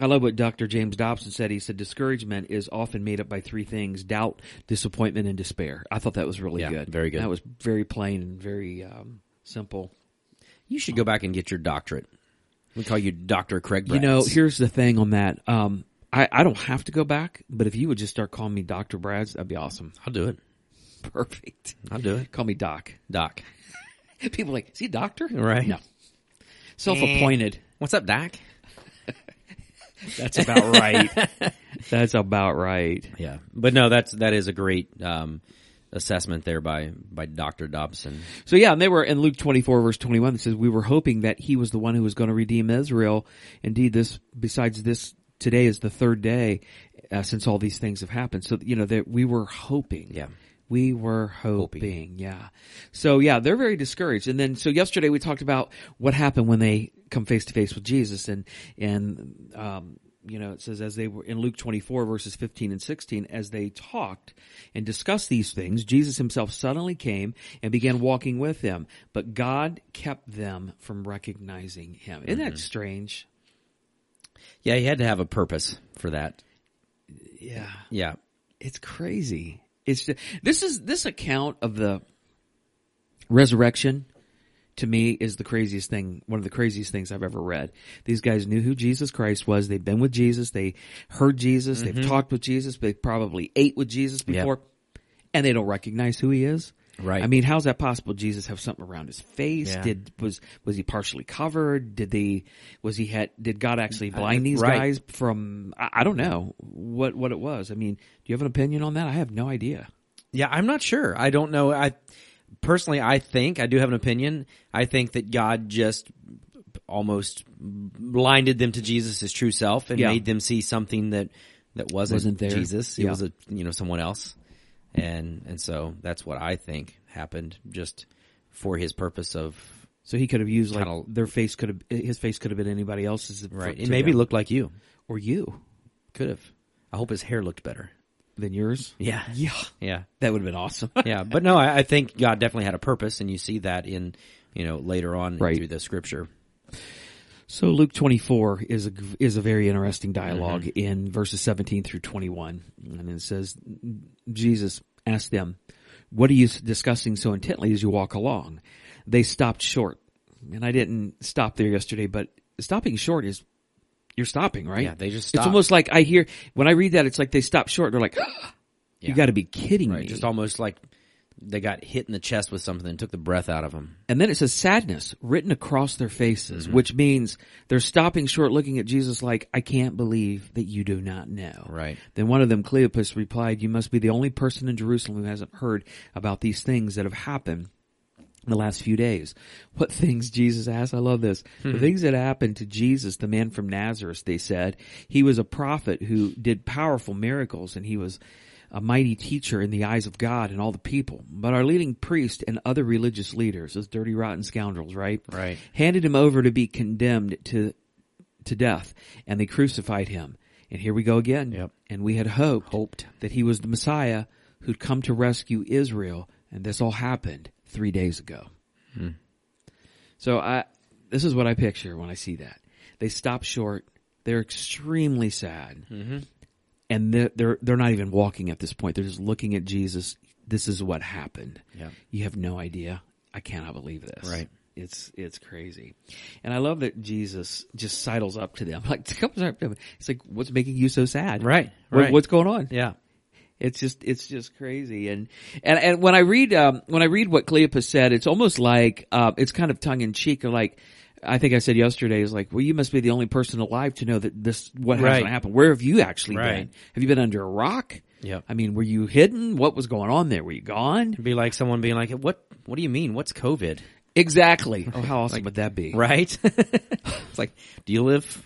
[SPEAKER 2] I love what Dr. James Dobson said. He said discouragement is often made up by three things: doubt, disappointment, and despair. I thought that was really
[SPEAKER 1] Yeah,
[SPEAKER 2] good.
[SPEAKER 1] very good.
[SPEAKER 2] That was very plain and very um, simple.
[SPEAKER 1] You should go back and get your doctorate. We call you Doctor Craig. Bratz.
[SPEAKER 2] You know, here's the thing on that. Um, I, I don't have to go back, but if you would just start calling me Dr. Brads, that'd be awesome.
[SPEAKER 1] I'll do it.
[SPEAKER 2] Perfect.
[SPEAKER 1] I'll do it,
[SPEAKER 2] Call me Doc.
[SPEAKER 1] Doc.
[SPEAKER 2] People are like, is he a doctor?
[SPEAKER 1] Right.
[SPEAKER 2] No. Self-appointed.
[SPEAKER 1] What's up, Doc?
[SPEAKER 2] That's about right. That's about right.
[SPEAKER 1] Yeah, but no, that's that is a great um, assessment there by by Doctor Dobson.
[SPEAKER 2] So yeah, and they were in Luke 24 verse 21 it says, we were hoping that he was the one who was going to redeem Israel. Indeed, this, besides this, today is the third day uh, since all these things have happened. So, you know, that we were hoping.
[SPEAKER 1] Yeah.
[SPEAKER 2] We were hoping. Yeah. So yeah, they're very discouraged. And then, so yesterday we talked about what happened when they come face to face with Jesus and, and, um, you know, it says as they were in Luke 24 verses 15 and 16, as they talked and discussed these things, Jesus himself suddenly came and began walking with them, but God kept them from recognizing him. Isn't that strange?
[SPEAKER 1] Yeah, he had to have a purpose for that.
[SPEAKER 2] Yeah.
[SPEAKER 1] Yeah,
[SPEAKER 2] It's crazy. It's ju- this is this account of the resurrection to me is the craziest thing, one of the craziest things I've ever read. These guys knew who Jesus Christ was. They've been with Jesus. They heard Jesus.
[SPEAKER 1] Mm-hmm.
[SPEAKER 2] They've talked with Jesus. They probably ate with Jesus
[SPEAKER 1] Yeah.
[SPEAKER 2] before and they don't recognize who he is.
[SPEAKER 1] Right.
[SPEAKER 2] I mean, how's that possible? Jesus have something around his face?
[SPEAKER 1] Yeah.
[SPEAKER 2] Did, was, was he partially covered? Did they, was he had, did God actually blind these
[SPEAKER 1] right.
[SPEAKER 2] guys from, I, I don't know what, what it was. I mean, do you have an opinion on that? I have no idea.
[SPEAKER 1] Yeah, I'm not sure. I don't know. I personally, I think I do have an opinion. I think that God just almost blinded them to Jesus' true self and
[SPEAKER 2] Yeah.
[SPEAKER 1] made them see something that that wasn't,
[SPEAKER 2] Wasn't there.
[SPEAKER 1] Jesus. It
[SPEAKER 2] Yeah.
[SPEAKER 1] was a you know someone else, and and so that's what I think happened just for his purpose of
[SPEAKER 2] So he could have used like
[SPEAKER 1] Kinda-
[SPEAKER 2] their face could have, his face could have been anybody else's. for-
[SPEAKER 1] right.
[SPEAKER 2] to
[SPEAKER 1] It maybe
[SPEAKER 2] them.
[SPEAKER 1] looked like you
[SPEAKER 2] or you
[SPEAKER 1] could have. I hope his hair looked better.
[SPEAKER 2] than yours.
[SPEAKER 1] Yeah,
[SPEAKER 2] Yeah.
[SPEAKER 1] yeah.
[SPEAKER 2] That would have been awesome.
[SPEAKER 1] yeah, but no, I, I think God definitely had a purpose, and you see that in you know later on
[SPEAKER 2] Right.
[SPEAKER 1] through the scripture.
[SPEAKER 2] So Luke 24 is a, is a very interesting dialog
[SPEAKER 1] Mm-hmm.
[SPEAKER 2] in verses 17 through 21. And it says, Jesus asked them, what are you discussing so intently as you walk along? They stopped short. And I didn't stop there yesterday, but stopping short is, you're stopping, right?
[SPEAKER 1] Yeah, they just
[SPEAKER 2] It's
[SPEAKER 1] stop.
[SPEAKER 2] almost like I hear, when I read that, it's like they stop short. They're like, you
[SPEAKER 1] Yeah.
[SPEAKER 2] gotta be kidding
[SPEAKER 1] Right,
[SPEAKER 2] me.
[SPEAKER 1] just almost like they got hit in the chest with something and took the breath out of them.
[SPEAKER 2] And then it says sadness written across their faces, which means they're stopping short looking at Jesus like, I can't believe that you do not know.
[SPEAKER 1] Right.
[SPEAKER 2] Then one of them, Cleopas, replied, you must be the only person in Jerusalem who hasn't heard about these things that have happened in the last few days. What things Jesus asked? I love this. The things that happened to Jesus, the man from Nazareth, they said. He was a prophet who did powerful miracles and he was a mighty teacher in the eyes of God and all the people. But our leading priest and other religious leaders, those dirty rotten scoundrels, right?
[SPEAKER 1] Right.
[SPEAKER 2] Handed him over to be condemned to to death and they crucified him. And here we go again.
[SPEAKER 1] Yep.
[SPEAKER 2] And we had hoped,
[SPEAKER 1] Hoped.
[SPEAKER 2] that he was the Messiah who'd come to rescue Israel. And this all happened three days ago.
[SPEAKER 1] Hmm.
[SPEAKER 2] So I, this is what I picture when I see that. They stop short. They're extremely sad. Mm-hmm. And they're, they're, they're not even walking at this point. They're just looking at Jesus. This is what happened.
[SPEAKER 1] Yeah.
[SPEAKER 2] You have no idea. I cannot believe this.
[SPEAKER 1] Right.
[SPEAKER 2] It's it's crazy, and I love that Jesus just sidles up to them like comes up to them. It's like, what's making you so sad?
[SPEAKER 1] Right,
[SPEAKER 2] What-
[SPEAKER 1] right.
[SPEAKER 2] what's going on?
[SPEAKER 1] Yeah.
[SPEAKER 2] It's just it's just crazy. And and and when I read um, when I read what Cleopas said, it's almost like uh, it's kind of tongue in cheek. Or like I think I said yesterday is like, well, you must be the only person alive to know that this what
[SPEAKER 1] Right.
[SPEAKER 2] going to happen. Where have you actually
[SPEAKER 1] Right.
[SPEAKER 2] been? Have you been under a rock?
[SPEAKER 1] Yep.
[SPEAKER 2] I mean, were you hidden? What was going on there? Were you gone?
[SPEAKER 1] It'd be like someone being like, "What? What do you mean? What's COVID?"
[SPEAKER 2] Exactly. Oh, how awesome would that be?
[SPEAKER 1] Right? it's like, do you live?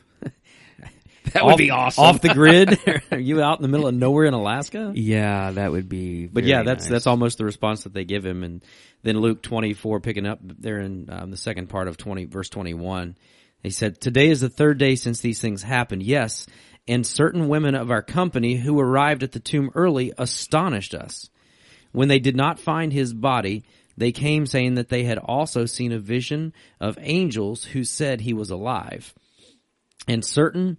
[SPEAKER 2] That
[SPEAKER 1] off- Off the grid? Are you out in the middle of nowhere in Alaska?
[SPEAKER 2] yeah, that would be.
[SPEAKER 1] But yeah, that's that's almost the response that they give him, and then Luke twenty four picking up there in um, the second part of twenty verse twenty one, He said, today is the third day since these things happened. Yes. And certain women of our company who arrived at the tomb early astonished us. When they did not find his body, they came saying that they had also seen a vision of angels who said he was alive. And certain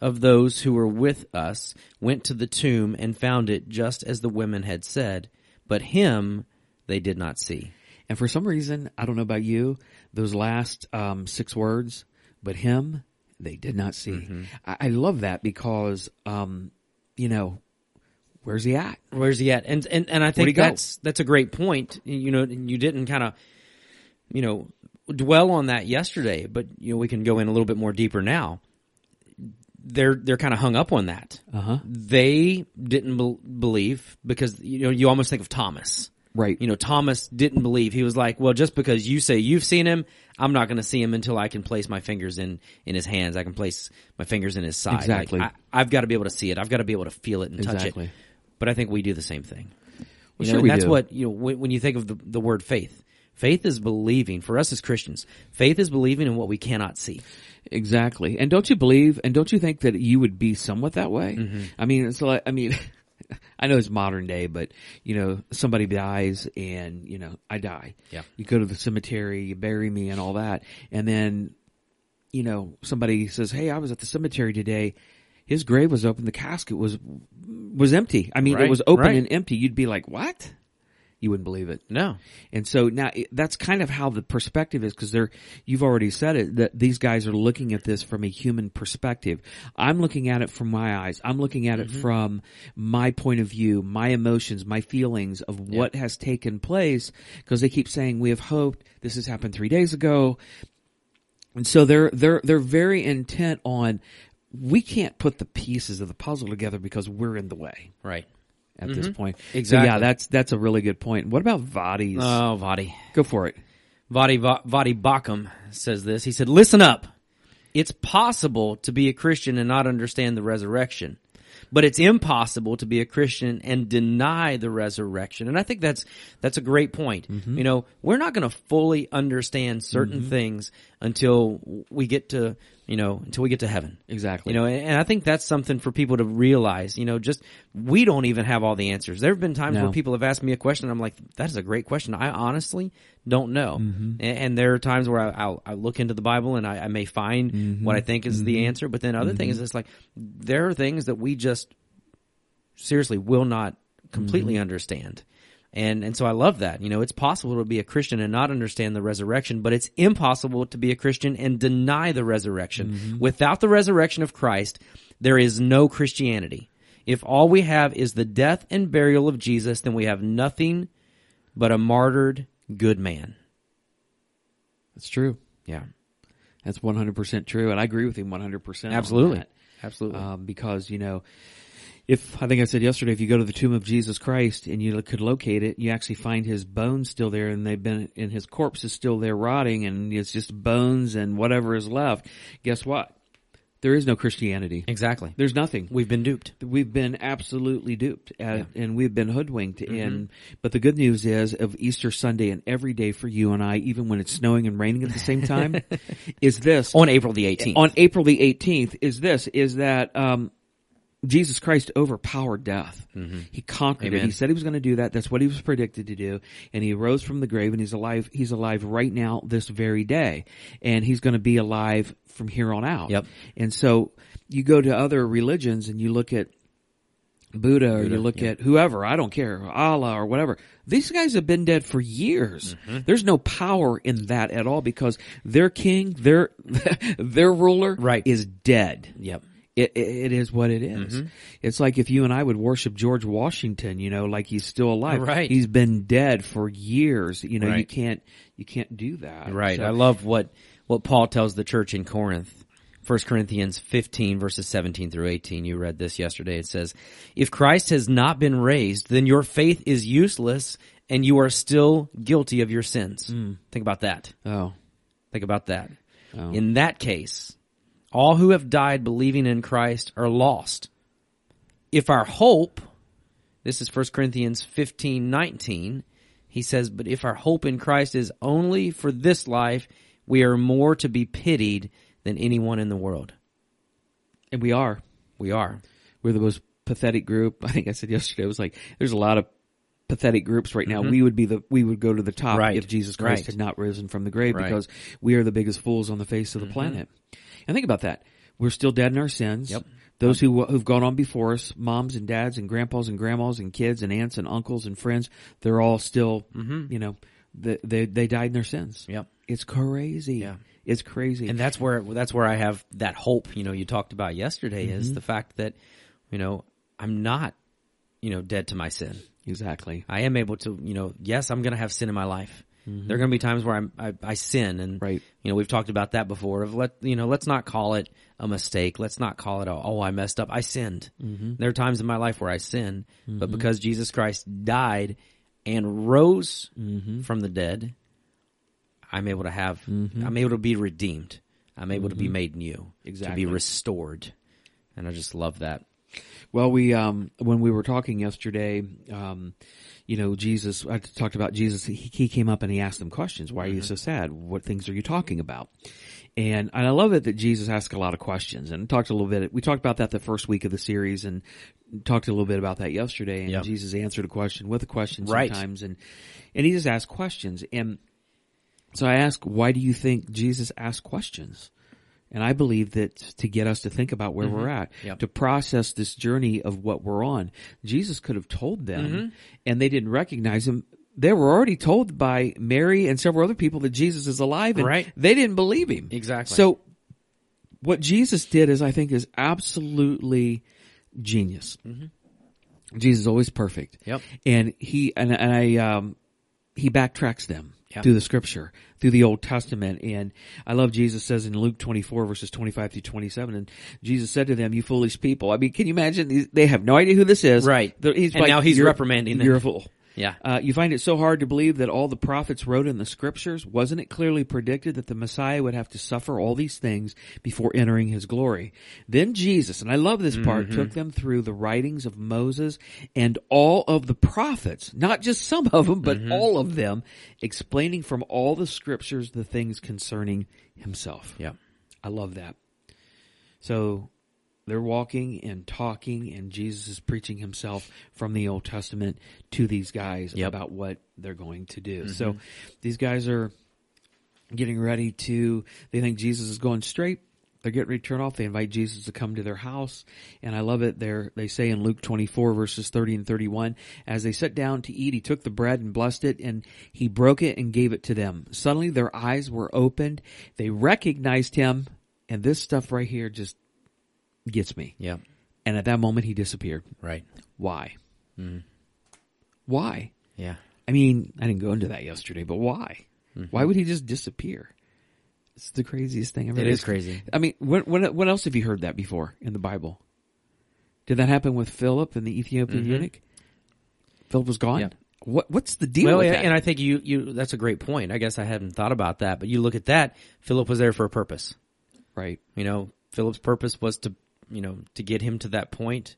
[SPEAKER 1] of those who were with us went to the tomb and found it just as the women had said, but him they did not see.
[SPEAKER 2] And for some reason, I don't know about you, those last um, six words, but him, they did not see.
[SPEAKER 1] Mm-hmm.
[SPEAKER 2] I, I love that because, um, you know, where's he at?
[SPEAKER 1] Where's he at? And and, and I
[SPEAKER 2] he
[SPEAKER 1] think
[SPEAKER 2] go?
[SPEAKER 1] that's that's a great point. You know, you didn't kind of, you know, dwell on that yesterday, but you know, we can go in a little bit more deeper now. They're they're kind of hung up on that.
[SPEAKER 2] Uh-huh.
[SPEAKER 1] They didn't bel believe because you know you almost think of Thomas.
[SPEAKER 2] Right.
[SPEAKER 1] You know, Thomas didn't believe. He was like, "Well, just because you say you've seen him, I'm not going to see him until I can place my fingers in in his hands. I can place my fingers in his side. Like,
[SPEAKER 2] Exactly.
[SPEAKER 1] I, I've got to be able to see it. I've got to be able to feel it and touch
[SPEAKER 2] Exactly.
[SPEAKER 1] it. But I think we do the same thing. You
[SPEAKER 2] Well, sure
[SPEAKER 1] know,
[SPEAKER 2] we
[SPEAKER 1] that's
[SPEAKER 2] do.
[SPEAKER 1] what you know when, when you think of the, the word faith. Faith is believing. For us as Christians, faith is believing in what we cannot see.
[SPEAKER 2] Exactly. And don't you believe, and don't you think that you would be somewhat that way?
[SPEAKER 1] Mm-hmm.
[SPEAKER 2] I mean, it's like, I mean, I know it's modern day, but you know, somebody dies and, you know, I die.
[SPEAKER 1] Yeah.
[SPEAKER 2] You go to the cemetery, you bury me and all that. And then, you know, somebody says, Hey, I was at the cemetery today. His grave was open. The casket was, was empty. I mean, it
[SPEAKER 1] Right,
[SPEAKER 2] was open
[SPEAKER 1] right.
[SPEAKER 2] and empty. You'd be like, what? You wouldn't believe it.
[SPEAKER 1] No,
[SPEAKER 2] And so now it- that's kind of how the perspective is because they're, you've already said it, that these guys are looking at this from a human perspective. I'm looking at it from my eyes. I'm looking at it from my point of view, my emotions, my feelings of what has taken place because they keep saying we have hoped. This has happened three days ago. And so they're, they're, they're very intent on we can't put the pieces of the puzzle together because we're in the way
[SPEAKER 1] right.
[SPEAKER 2] at this point. So, yeah,
[SPEAKER 1] Exactly.
[SPEAKER 2] that's, that's a really good point. What about Vadi's?
[SPEAKER 1] Oh, Vadi.
[SPEAKER 2] Go for it.
[SPEAKER 1] Vadi, Va- Vadi Bakum says this. He said, listen up. It's possible to be a Christian and not understand the resurrection, but it's impossible to be a Christian and deny the resurrection. And I think that's, that's a great point. You know, we're not going to fully understand certain things until we get to, you know, until we get to heaven.
[SPEAKER 2] Exactly.
[SPEAKER 1] You know, and and I think that's something for people to realize. You know, just we don't even have all the answers. There have been times
[SPEAKER 2] No.
[SPEAKER 1] where people have asked me a question. I'm like, that is a great question. I honestly don't know.
[SPEAKER 2] Mm-hmm.
[SPEAKER 1] A- And, there are times where I, I'll, I look into the Bible and I, I may find what I
[SPEAKER 2] Mm-hmm.
[SPEAKER 1] think is the answer. But then other things, it's like there are things that we just seriously will not completely
[SPEAKER 2] Mm-hmm.
[SPEAKER 1] understand. And and so I love that. You know, it's possible to be a Christian and not understand the resurrection, but it's impossible to be a Christian and deny the resurrection.
[SPEAKER 2] Mm-hmm.
[SPEAKER 1] Without the resurrection of Christ, there is no Christianity. If all we have is the death and burial of Jesus, then we have nothing but a martyred good man.
[SPEAKER 2] That's true.
[SPEAKER 1] Yeah.
[SPEAKER 2] That's 100% true. And I agree with him 100%. on
[SPEAKER 1] Absolutely.
[SPEAKER 2] that.
[SPEAKER 1] Absolutely.
[SPEAKER 2] Um, because, you know, if I think I said yesterday, if you go to the tomb of Jesus Christ and you could locate it, you actually find his bones still there and they've been, and his corpse is still there rotting and it's just bones and whatever is left. Guess what? There is no Christianity.
[SPEAKER 1] exactly.
[SPEAKER 2] There's nothing.
[SPEAKER 1] We've been duped.
[SPEAKER 2] we've been absolutely duped uh, and we've been hoodwinked
[SPEAKER 1] Mm-hmm.
[SPEAKER 2] and but the good news is of easter sunday and every day for you and i even when it's snowing and raining at the same time is this
[SPEAKER 1] On April the 18th.
[SPEAKER 2] on april the 18th is this is that um Jesus Christ overpowered death. He conquered it.
[SPEAKER 1] Mm-hmm. Amen.
[SPEAKER 2] He said he was going to do that. That's what he was predicted to do. And he rose from the grave and he's alive. He's alive right now this very day. And he's going to be alive from here on out.
[SPEAKER 1] Yep.
[SPEAKER 2] And so you go to other religions and you look at Buddha, or you look at whoever, I don't care, Allah or whatever. These guys have been dead for years.
[SPEAKER 1] Mm-hmm.
[SPEAKER 2] There's no power in that at all because their king, their their ruler
[SPEAKER 1] Right.
[SPEAKER 2] is dead.
[SPEAKER 1] yep.
[SPEAKER 2] It, it, it is what it is.
[SPEAKER 1] Mm-hmm.
[SPEAKER 2] It's like if you and I would worship George Washington, you know, like he's still alive.
[SPEAKER 1] Right.
[SPEAKER 2] He's been dead for years. You know, you
[SPEAKER 1] Right.
[SPEAKER 2] can't, you can't do that.
[SPEAKER 1] Right.
[SPEAKER 2] So-
[SPEAKER 1] I love what what Paul tells the church in Corinth. 1 Corinthians 15 verses 17 through 18. You read this yesterday. It says, "If Christ has not been raised, then your faith is useless and you are still guilty of your sins." Think about that.
[SPEAKER 2] oh,
[SPEAKER 1] Think about that.
[SPEAKER 2] Oh.
[SPEAKER 1] In that case, all who have died believing in Christ are lost. If our hope, this is 1 Corinthians 15, 19, he says, but if our hope in Christ is only for this life, we are more to be pitied than anyone in the world.
[SPEAKER 2] And we are.
[SPEAKER 1] We are.
[SPEAKER 2] We're the most pathetic group. I think I said yesterday, it was like, there's a lot of pathetic groups right now. We would be the, we would go to the top
[SPEAKER 1] Mm-hmm. Right.
[SPEAKER 2] if Jesus Christ
[SPEAKER 1] Right.
[SPEAKER 2] had not risen from the grave
[SPEAKER 1] Right. Mm-hmm.
[SPEAKER 2] because we are the biggest fools on the face of the planet. And think about that. We're still dead in our sins.
[SPEAKER 1] Yep.
[SPEAKER 2] Those who, who've gone on before us, moms and dads and grandpas and grandmas and kids and aunts and uncles and friends, they're all still, you know, they, they, they died in their sins.
[SPEAKER 1] Mm-hmm. Yep.
[SPEAKER 2] It's crazy. Yeah. It's crazy.
[SPEAKER 1] And that's where that's where I have that hope, you know, you talked about yesterday is the fact that, you know, I'm not, you know, dead to my sin.
[SPEAKER 2] exactly.
[SPEAKER 1] I am able to, you know, yes, I'm going to have sin in my life. There are going to be times where I'm, I, I sin and,
[SPEAKER 2] Mm-hmm. Right.
[SPEAKER 1] you know, we've talked about that before of let, you know, let's not call it a mistake. Let's not call it a, oh, I messed up. I sinned.
[SPEAKER 2] Mm-hmm.
[SPEAKER 1] There are times in my life where I sin, but because Jesus Christ died and rose
[SPEAKER 2] Mm-hmm.
[SPEAKER 1] from the dead, I'm able to have,
[SPEAKER 2] Mm-hmm.
[SPEAKER 1] I'm able to be redeemed. I'm able to be made new.
[SPEAKER 2] Exactly.
[SPEAKER 1] To be restored. And I just love that.
[SPEAKER 2] Well, we um when we were talking yesterday, um, you know, Jesus. I talked about Jesus. He, he came up and he asked them questions. Why are you so sad? What things are you talking about? And and I love it that Jesus asked a lot of questions and talked a little bit. We talked about that the first week of the series and talked a little bit about that yesterday. And
[SPEAKER 1] Yeah.
[SPEAKER 2] Jesus answered a question with a question
[SPEAKER 1] Right.
[SPEAKER 2] sometimes, and and he just asked questions. And so I ask, why do you think Jesus asked questions? And I believe that to get us to think about where we're at,
[SPEAKER 1] Mm-hmm. Yep.
[SPEAKER 2] to process this journey of what we're on, Jesus could have told them
[SPEAKER 1] Mm-hmm.
[SPEAKER 2] and they didn't recognize him. They were already told by Mary and several other people that Jesus is alive and
[SPEAKER 1] Right.
[SPEAKER 2] they didn't believe him.
[SPEAKER 1] Exactly.
[SPEAKER 2] So what Jesus did is I think is absolutely genius. Jesus is always perfect.
[SPEAKER 1] Mm-hmm. Yep.
[SPEAKER 2] And he, and, and I, um, he backtracks them
[SPEAKER 1] Yep.
[SPEAKER 2] through the scripture, through the Old Testament. And I love Jesus says in Luke 24 verses 25 through 27, and Jesus said to them, you foolish people. I mean, can you imagine? These- They have no idea who this is.
[SPEAKER 1] Right.
[SPEAKER 2] They're- He's
[SPEAKER 1] And
[SPEAKER 2] like,
[SPEAKER 1] now he's
[SPEAKER 2] "You're-
[SPEAKER 1] reprimanding them."
[SPEAKER 2] You're a fool.
[SPEAKER 1] Yeah.
[SPEAKER 2] Uh, you find it so hard to believe that all the prophets wrote in the scriptures. Wasn't it clearly predicted that the Messiah would have to suffer all these things before entering his glory? Then Jesus, and I love this part, took them through the writings of Moses and all of the prophets, not just some of them, but all of them, explaining from all the scriptures the things concerning himself.
[SPEAKER 1] Yeah.
[SPEAKER 2] I love that. So they're walking and talking, and Jesus is preaching himself from the Old Testament to these guys
[SPEAKER 1] Yep.
[SPEAKER 2] about what they're going to do. So these guys are getting ready to, they think Jesus is going straight. They're getting ready to turn off. They invite Jesus to come to their house. And I love it. They're, they say in Luke 24 verses 30 and 31, as they sat down to eat, he took the bread and blessed it and he broke it and gave it to them. Suddenly their eyes were opened. They recognized him. And this stuff right here just gets me.
[SPEAKER 1] Yeah.
[SPEAKER 2] And at that moment he disappeared.
[SPEAKER 1] Right.
[SPEAKER 2] Why? Why?
[SPEAKER 1] Yeah.
[SPEAKER 2] I mean, I didn't go into that yesterday, but why? Why would he just disappear? It's the craziest thing I've ever.
[SPEAKER 1] Mm-hmm. It is crazy.
[SPEAKER 2] I mean, when, when when else have you heard that before in the Bible? Did that happen with Philip and the Ethiopian eunuch? Philip was gone.
[SPEAKER 1] Mm-hmm. Yeah.
[SPEAKER 2] What what's the deal
[SPEAKER 1] well,
[SPEAKER 2] with
[SPEAKER 1] yeah,
[SPEAKER 2] that?
[SPEAKER 1] and I think you you that's a great point. I guess I hadn't thought about that, but you look at that. Philip was there for a purpose.
[SPEAKER 2] right.
[SPEAKER 1] You know, Philip's purpose was to you know to get him to that point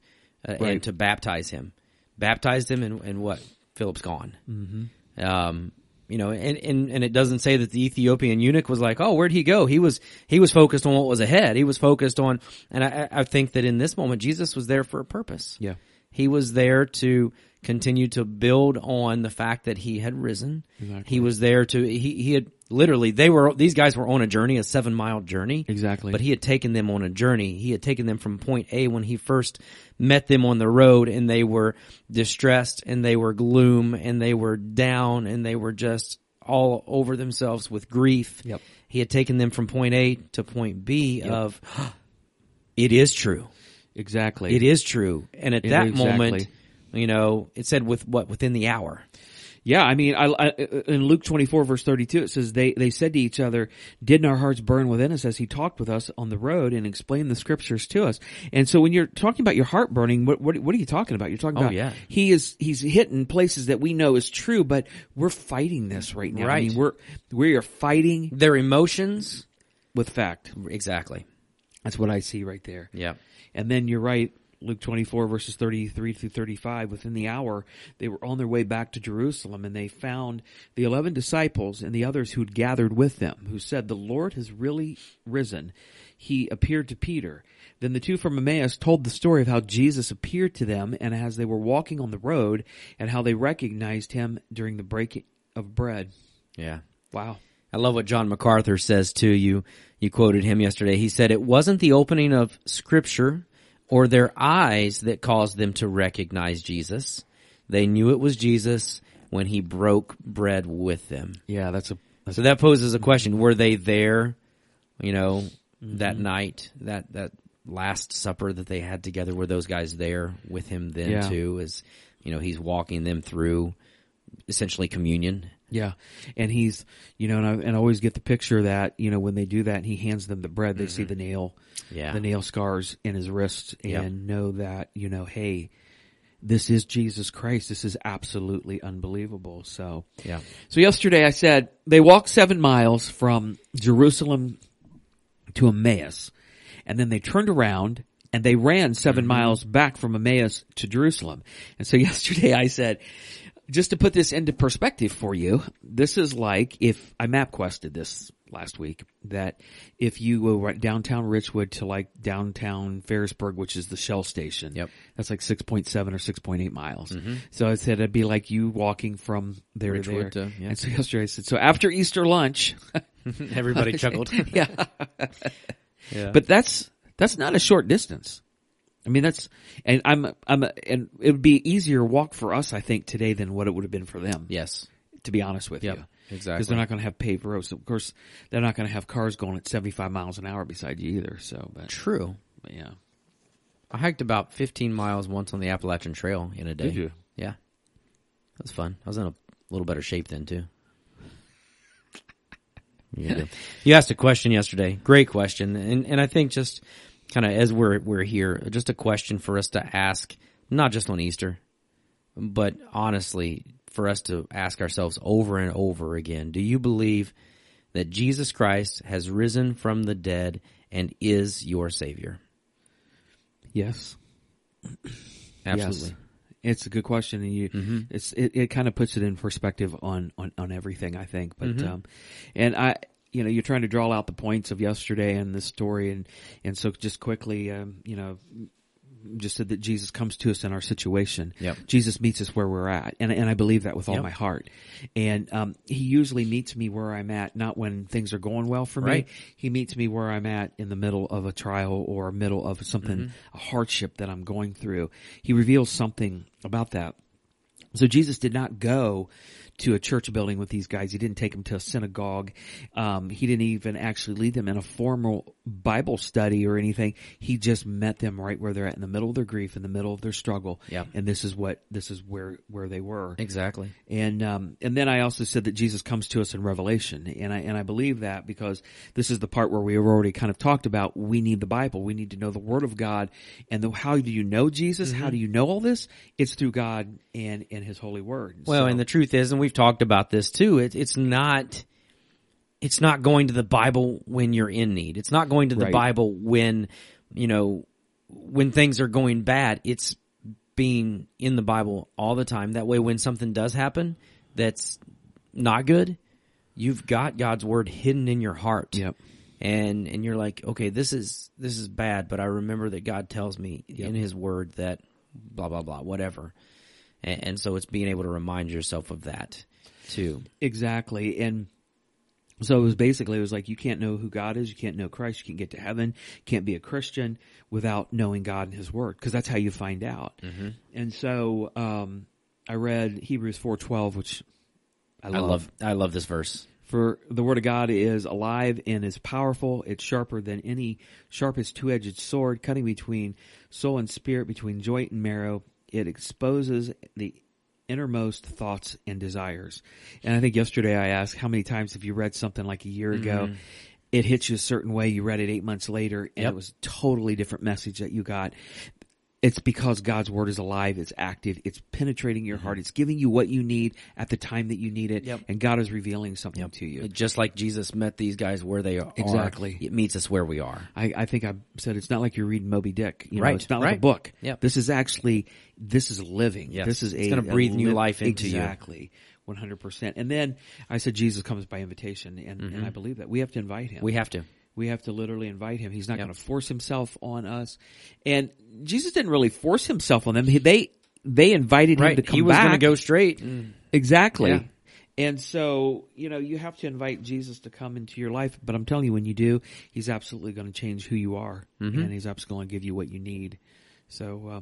[SPEAKER 1] uh,
[SPEAKER 2] Right.
[SPEAKER 1] and to baptize him, baptized him, and and what Philip's gone. Mm-hmm. Um, you know, and and and it doesn't say that the Ethiopian eunuch was like, oh, where'd he go? He was he was focused on what was ahead. He was focused on, and I I I think that in this moment Jesus was there for a purpose.
[SPEAKER 2] Yeah.
[SPEAKER 1] He was there to continue to build on the fact that he had risen. He was there to he he had literally they were these guys were on a journey, a 7-mile journey.
[SPEAKER 2] Exactly.
[SPEAKER 1] But he had taken them on a journey. He had taken them from point A when he first met them on the road and they were distressed and they were gloom and they were down and they were just all over themselves with grief.
[SPEAKER 2] Yep.
[SPEAKER 1] He had taken them from point A to point B of it is true.
[SPEAKER 2] Exactly.
[SPEAKER 1] It is true. And at
[SPEAKER 2] It-
[SPEAKER 1] that
[SPEAKER 2] exactly.
[SPEAKER 1] moment, you know, it said with what within the hour.
[SPEAKER 2] Yeah, I mean, I, I, in Luke 24 verse 32, it says, they, they said to each other, didn't our hearts burn within us as he talked with us on the road and explained the scriptures to us? And so when you're talking about your heart burning, what, what, what are you talking about? You're talking about,
[SPEAKER 1] Oh, yeah.
[SPEAKER 2] he is, he's hitting places that we know is true, but we're fighting this right now. I
[SPEAKER 1] Right.
[SPEAKER 2] mean, we're, we are fighting
[SPEAKER 1] Their emotions.
[SPEAKER 2] with fact.
[SPEAKER 1] Exactly.
[SPEAKER 2] That's what I see right there.
[SPEAKER 1] Yeah.
[SPEAKER 2] And then you're right. Luke 24 verses 33 through 35, within the hour, they were on their way back to Jerusalem and they found the 11 disciples and the others who'd gathered with them, who said, the Lord has really risen. He appeared to Peter. Then the two from Emmaus told the story of how Jesus appeared to them and as they were walking on the road and how they recognized him during the breaking of bread.
[SPEAKER 1] Yeah.
[SPEAKER 2] Wow.
[SPEAKER 1] I love what John MacArthur says too. You you quoted him yesterday. He said it wasn't the opening of scripture or their eyes that caused them to recognize Jesus. They knew it was Jesus when he broke bread with them.
[SPEAKER 2] Yeah, that's a
[SPEAKER 1] So that poses a question. Were they there, you know, that night, that that last supper that they had together, were those guys there with him then
[SPEAKER 2] Yeah.
[SPEAKER 1] too? As you know, he's walking them through essentially communion.
[SPEAKER 2] Yeah, and he's you know, and I, and I always get the picture that you know when they do that, and he hands them the bread, they see the nail,
[SPEAKER 1] Mm-hmm. Yeah.
[SPEAKER 2] the nail scars in his wrist, and
[SPEAKER 1] Yep.
[SPEAKER 2] know that you know, hey, this is Jesus Christ. This is absolutely unbelievable. So
[SPEAKER 1] Yeah.
[SPEAKER 2] so yesterday I said they walked seven miles from Jerusalem to Emmaus, and then they turned around and they ran 7 miles back from Emmaus to Jerusalem. And so yesterday I said, just to put this into perspective for you, this is like if I map quested this last week that if you go right downtown Richwood to like downtown Ferrisburg, which is the Shell station,
[SPEAKER 1] Yep.
[SPEAKER 2] that's like 6.7 or 6.8 miles. So I said it'd be like you walking from there
[SPEAKER 1] Richwood
[SPEAKER 2] to there.
[SPEAKER 1] to- uh, yeah.
[SPEAKER 2] And so yesterday I said, so after Easter lunch,
[SPEAKER 1] Everybody chuckled.
[SPEAKER 2] yeah,
[SPEAKER 1] Yeah.
[SPEAKER 2] but that's, that's not a short distance. I mean, that's, and I'm, I'm, and it would be easier walk for us, I think, today than what it would have been for them.
[SPEAKER 1] yes.
[SPEAKER 2] To be honest with
[SPEAKER 1] Yep,
[SPEAKER 2] you. Because
[SPEAKER 1] exactly.
[SPEAKER 2] they're not going to have paved roads. Of course, they're not going to have cars going at 75 miles an hour beside you either. So, but,
[SPEAKER 1] True.
[SPEAKER 2] but yeah.
[SPEAKER 1] I hiked about 15 miles once on the Appalachian Trail in a day.
[SPEAKER 2] Did you?
[SPEAKER 1] Yeah. That was fun. I was in a little better shape then too. You do. You asked a question yesterday. Great question. And and I think just kind of as we're we're here, just a question for us to ask not just on Easter, but honestly, for us to ask ourselves over and over again, do you believe that Jesus Christ has risen from the dead and is your savior?
[SPEAKER 2] Yes.
[SPEAKER 1] Absolutely.
[SPEAKER 2] Yes. It's a good question, and you, it's it, it kind of puts it in perspective on on on everything. I think, but um, and I, you know, you're trying to draw out the points of yesterday and this story, and and so just quickly, um, you know, just said that Jesus comes to us in our situation.
[SPEAKER 1] Yep.
[SPEAKER 2] Jesus meets us where we're at, and and I believe that with all
[SPEAKER 1] Yep.
[SPEAKER 2] my heart. And um, he usually meets me where I'm at, not when things are going well for
[SPEAKER 1] Right.
[SPEAKER 2] me. He meets me where I'm at in the middle of a trial or middle of something,
[SPEAKER 1] Mm-hmm.
[SPEAKER 2] a hardship that I'm going through. He reveals something about that. So Jesus did not go to a church building with these guys. He didn't take them to a synagogue. Um, he didn't even actually lead them in a formal Bible study or anything. He just met them right where they're at in the middle of their grief, in the middle of their struggle.
[SPEAKER 1] Yep.
[SPEAKER 2] And this is what, this is where, where they were.
[SPEAKER 1] Exactly.
[SPEAKER 2] And um, and then I also said that Jesus comes to us in Revelation, and I and I believe that because this is the part where we have already kind of talked about. We need the Bible. We need to know the Word of God. And the, how do you know Jesus? How do you know all this? It's through God and and His Holy Word.
[SPEAKER 1] Well,
[SPEAKER 2] So-
[SPEAKER 1] and the truth is, and we've talked about this too. It, it's not, it's not going to the Bible when you're in need. It's not going to the
[SPEAKER 2] Right.
[SPEAKER 1] Bible when, you know, when things are going bad. It's being in the Bible all the time. That way, when something does happen that's not good, you've got God's word hidden in your heart.
[SPEAKER 2] Yep.
[SPEAKER 1] And and you're like, okay, this is this is bad, but I remember that God tells me in His Word that blah blah blah, whatever. And, and so it's being able to remind yourself of that too.
[SPEAKER 2] Exactly. And so it was basically, it was like, you can't know who God is. You can't know Christ. You can't get to heaven. You can't be a Christian without knowing God and his word. Cause that's how you find out. And so, um, I read Hebrews 4.12, which I
[SPEAKER 1] I
[SPEAKER 2] love.
[SPEAKER 1] love I love this verse.
[SPEAKER 2] For the word of God is alive and is powerful. It's sharper than any sharpest two-edged sword, cutting between soul and spirit, between joint and marrow. It exposes the innermost thoughts and desires. And I think yesterday I asked how many times have you read something like a year ago? It hits you a certain way. You read it eight months later and
[SPEAKER 1] Yep.
[SPEAKER 2] it was a totally different message that you got It's because God's word is alive, it's active, it's penetrating your heart, it's giving you what you need at the time that you need it,
[SPEAKER 1] Mm-hmm. Yep.
[SPEAKER 2] and God is revealing something to you.
[SPEAKER 1] Just like Jesus met these guys where they are.
[SPEAKER 2] Exactly.
[SPEAKER 1] It meets us where we are.
[SPEAKER 2] I, I think I said it's not like you're reading Moby Dick. You know,
[SPEAKER 1] Right,
[SPEAKER 2] it's not like a
[SPEAKER 1] right.
[SPEAKER 2] book.
[SPEAKER 1] Yep.
[SPEAKER 2] This is actually this is living.
[SPEAKER 1] Yes,
[SPEAKER 2] This is
[SPEAKER 1] it's
[SPEAKER 2] a-
[SPEAKER 1] gonna
[SPEAKER 2] a
[SPEAKER 1] breathe new life into you.
[SPEAKER 2] Exactly. One hundred percent. And then I said Jesus comes by invitation and, and I believe that. We have to invite him.
[SPEAKER 1] Mm-hmm. We have to.
[SPEAKER 2] We have to literally invite him. He's not going to force himself on us. And Jesus didn't really force himself on them. He, they they invited him to
[SPEAKER 1] Right.
[SPEAKER 2] come
[SPEAKER 1] He was
[SPEAKER 2] back. Mm.
[SPEAKER 1] going to go straight.
[SPEAKER 2] Exactly.
[SPEAKER 1] Yeah.
[SPEAKER 2] And so, you know, you have to invite Jesus to come into your life, but I'm telling you, when you do, He's absolutely going to change who you are, and He's absolutely going to give you what you need. So, uh,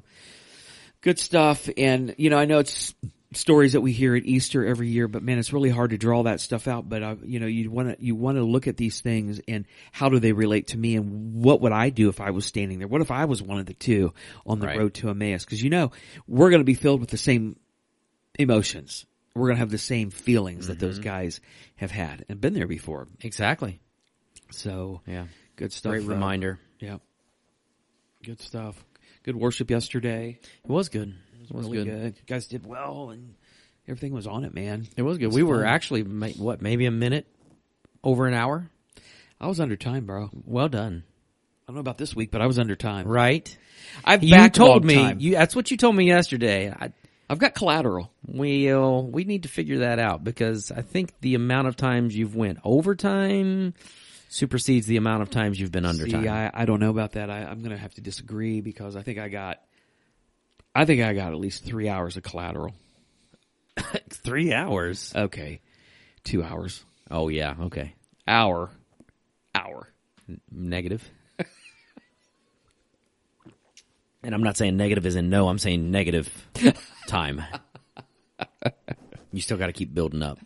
[SPEAKER 2] good stuff. And, you know, I know it's stories that we hear at Easter every year, but man, it's really hard to draw that stuff out. But, uh, you know, you want to, you want to look at these things and how do they relate to me and what would I do if I was standing there? What if I was one of the two on the
[SPEAKER 1] Right.
[SPEAKER 2] road to Emmaus? Cause you know, we're going to be filled with the same emotions. We're going to have the same feelings that
[SPEAKER 1] Mm-hmm.
[SPEAKER 2] those guys have had and been there before.
[SPEAKER 1] Exactly.
[SPEAKER 2] So
[SPEAKER 1] Yeah.
[SPEAKER 2] good stuff.
[SPEAKER 1] Great
[SPEAKER 2] though.
[SPEAKER 1] reminder.
[SPEAKER 2] Yeah. Good stuff. Good worship yesterday.
[SPEAKER 1] It was good. It was
[SPEAKER 2] really
[SPEAKER 1] good.
[SPEAKER 2] good. You guys did well and everything was on it, man.
[SPEAKER 1] It was good. we were
[SPEAKER 2] fun.
[SPEAKER 1] actually ma- what maybe a minute over an hour.
[SPEAKER 2] I was under time, bro. I
[SPEAKER 1] Well done.
[SPEAKER 2] don't know about this week, but I was under time.
[SPEAKER 1] Right.
[SPEAKER 2] I've
[SPEAKER 1] You told
[SPEAKER 2] backlogged
[SPEAKER 1] me
[SPEAKER 2] time.
[SPEAKER 1] you. That's what you told me yesterday. I,
[SPEAKER 2] I've got collateral.
[SPEAKER 1] Well, we need to figure that out because I think the amount of times you've went overtime supersedes the amount of times you've been under
[SPEAKER 2] See,
[SPEAKER 1] time.
[SPEAKER 2] I, I don't know about that. I, I'm going to have to disagree because I think I got, I think I got at least three hours of collateral.
[SPEAKER 1] Three hours.
[SPEAKER 2] Okay, two hours,
[SPEAKER 1] Uh, Oh yeah. Okay.
[SPEAKER 2] hour, hour.
[SPEAKER 1] Negative. and I'm not saying negative is in no. I'm saying negative time. you still got to keep building up.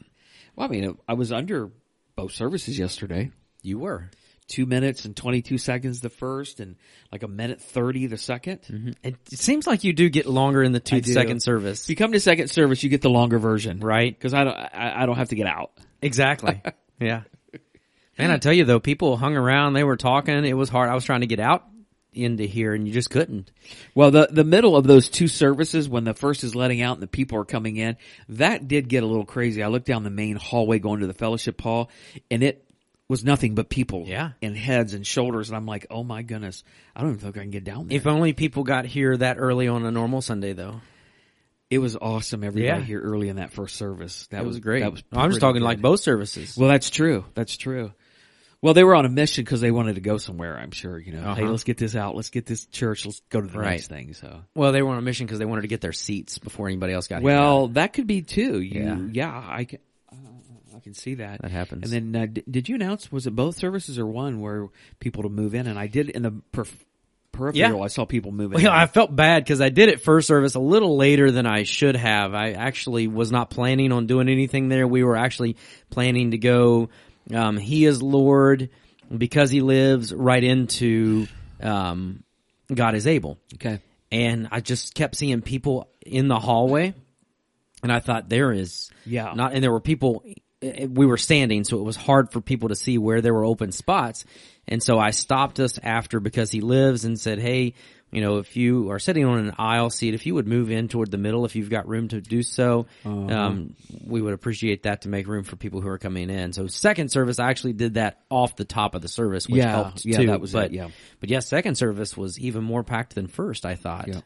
[SPEAKER 2] Well, I mean, I was under both services yesterday.
[SPEAKER 1] You were.
[SPEAKER 2] Two minutes and 22 seconds the first and like a minute 30 the 2nd
[SPEAKER 1] It, it seems like you do get longer in the two
[SPEAKER 2] do.
[SPEAKER 1] second service,
[SPEAKER 2] If you come to second service, you get the longer version.
[SPEAKER 1] right?
[SPEAKER 2] Cause I don't, I, I don't have to get out.
[SPEAKER 1] Exactly. yeah. Man, I tell you though, people hung around. They were talking. It was hard. I was trying to get out into here, and you just couldn't.
[SPEAKER 2] Well, the, the middle of those two services, when the first is letting out and the people are coming in, that did get a little crazy. I looked down the main hallway going to the fellowship hall and it was nothing but people
[SPEAKER 1] Yeah.
[SPEAKER 2] and heads and shoulders. And I'm like, oh my goodness, I don't even think I can get down there.
[SPEAKER 1] If only people got here that early on a normal Sunday, though.
[SPEAKER 2] it was awesome. Everybody
[SPEAKER 1] Yeah.
[SPEAKER 2] here early in that first service. That
[SPEAKER 1] It was great.
[SPEAKER 2] That was
[SPEAKER 1] I'm just
[SPEAKER 2] pretty
[SPEAKER 1] talking
[SPEAKER 2] good.
[SPEAKER 1] like both services.
[SPEAKER 2] Well, that's true. That's true. Well, they were on a mission because they wanted to go somewhere. I'm sure. You know, hey,
[SPEAKER 1] Uh-huh.
[SPEAKER 2] let's get this out. Let's get this church. Let's go to the
[SPEAKER 1] Right.
[SPEAKER 2] next thing. So,
[SPEAKER 1] Well, they were on a mission because they wanted to get their seats before anybody else got here.
[SPEAKER 2] well, that could be too. You, yeah.
[SPEAKER 1] Yeah.
[SPEAKER 2] I can. Uh, I can see that.
[SPEAKER 1] That happens.
[SPEAKER 2] And then, uh, d- did you announce? Was it both services or one where people to move in? And I did in the perf- peripheral.
[SPEAKER 1] Yeah.
[SPEAKER 2] I saw people moving.
[SPEAKER 1] Well,
[SPEAKER 2] in.
[SPEAKER 1] I felt bad because I did it first service a little later than I should have. I actually was not planning on doing anything there. We were actually planning to go, um, He is Lord, because He lives, right into um, God is able.
[SPEAKER 2] okay.
[SPEAKER 1] And I just kept seeing people in the hallway, and I thought, there is
[SPEAKER 2] Yeah.
[SPEAKER 1] not, and there were people, eh, we were standing, so it was hard for people to see where there were open spots. And so I stopped us after because he lives and said, hey, you know, if you are sitting on an aisle seat, if you would move in toward the middle, if you've got room to do so, um, we would appreciate that to make room for people who are coming in. So second service, I actually did that off the top of the service, which
[SPEAKER 2] Yeah.
[SPEAKER 1] helped
[SPEAKER 2] Yeah,
[SPEAKER 1] too.
[SPEAKER 2] that was it,
[SPEAKER 1] but,
[SPEAKER 2] yeah.
[SPEAKER 1] but yeah, second service was even more packed than first, I thought.
[SPEAKER 2] Yeah.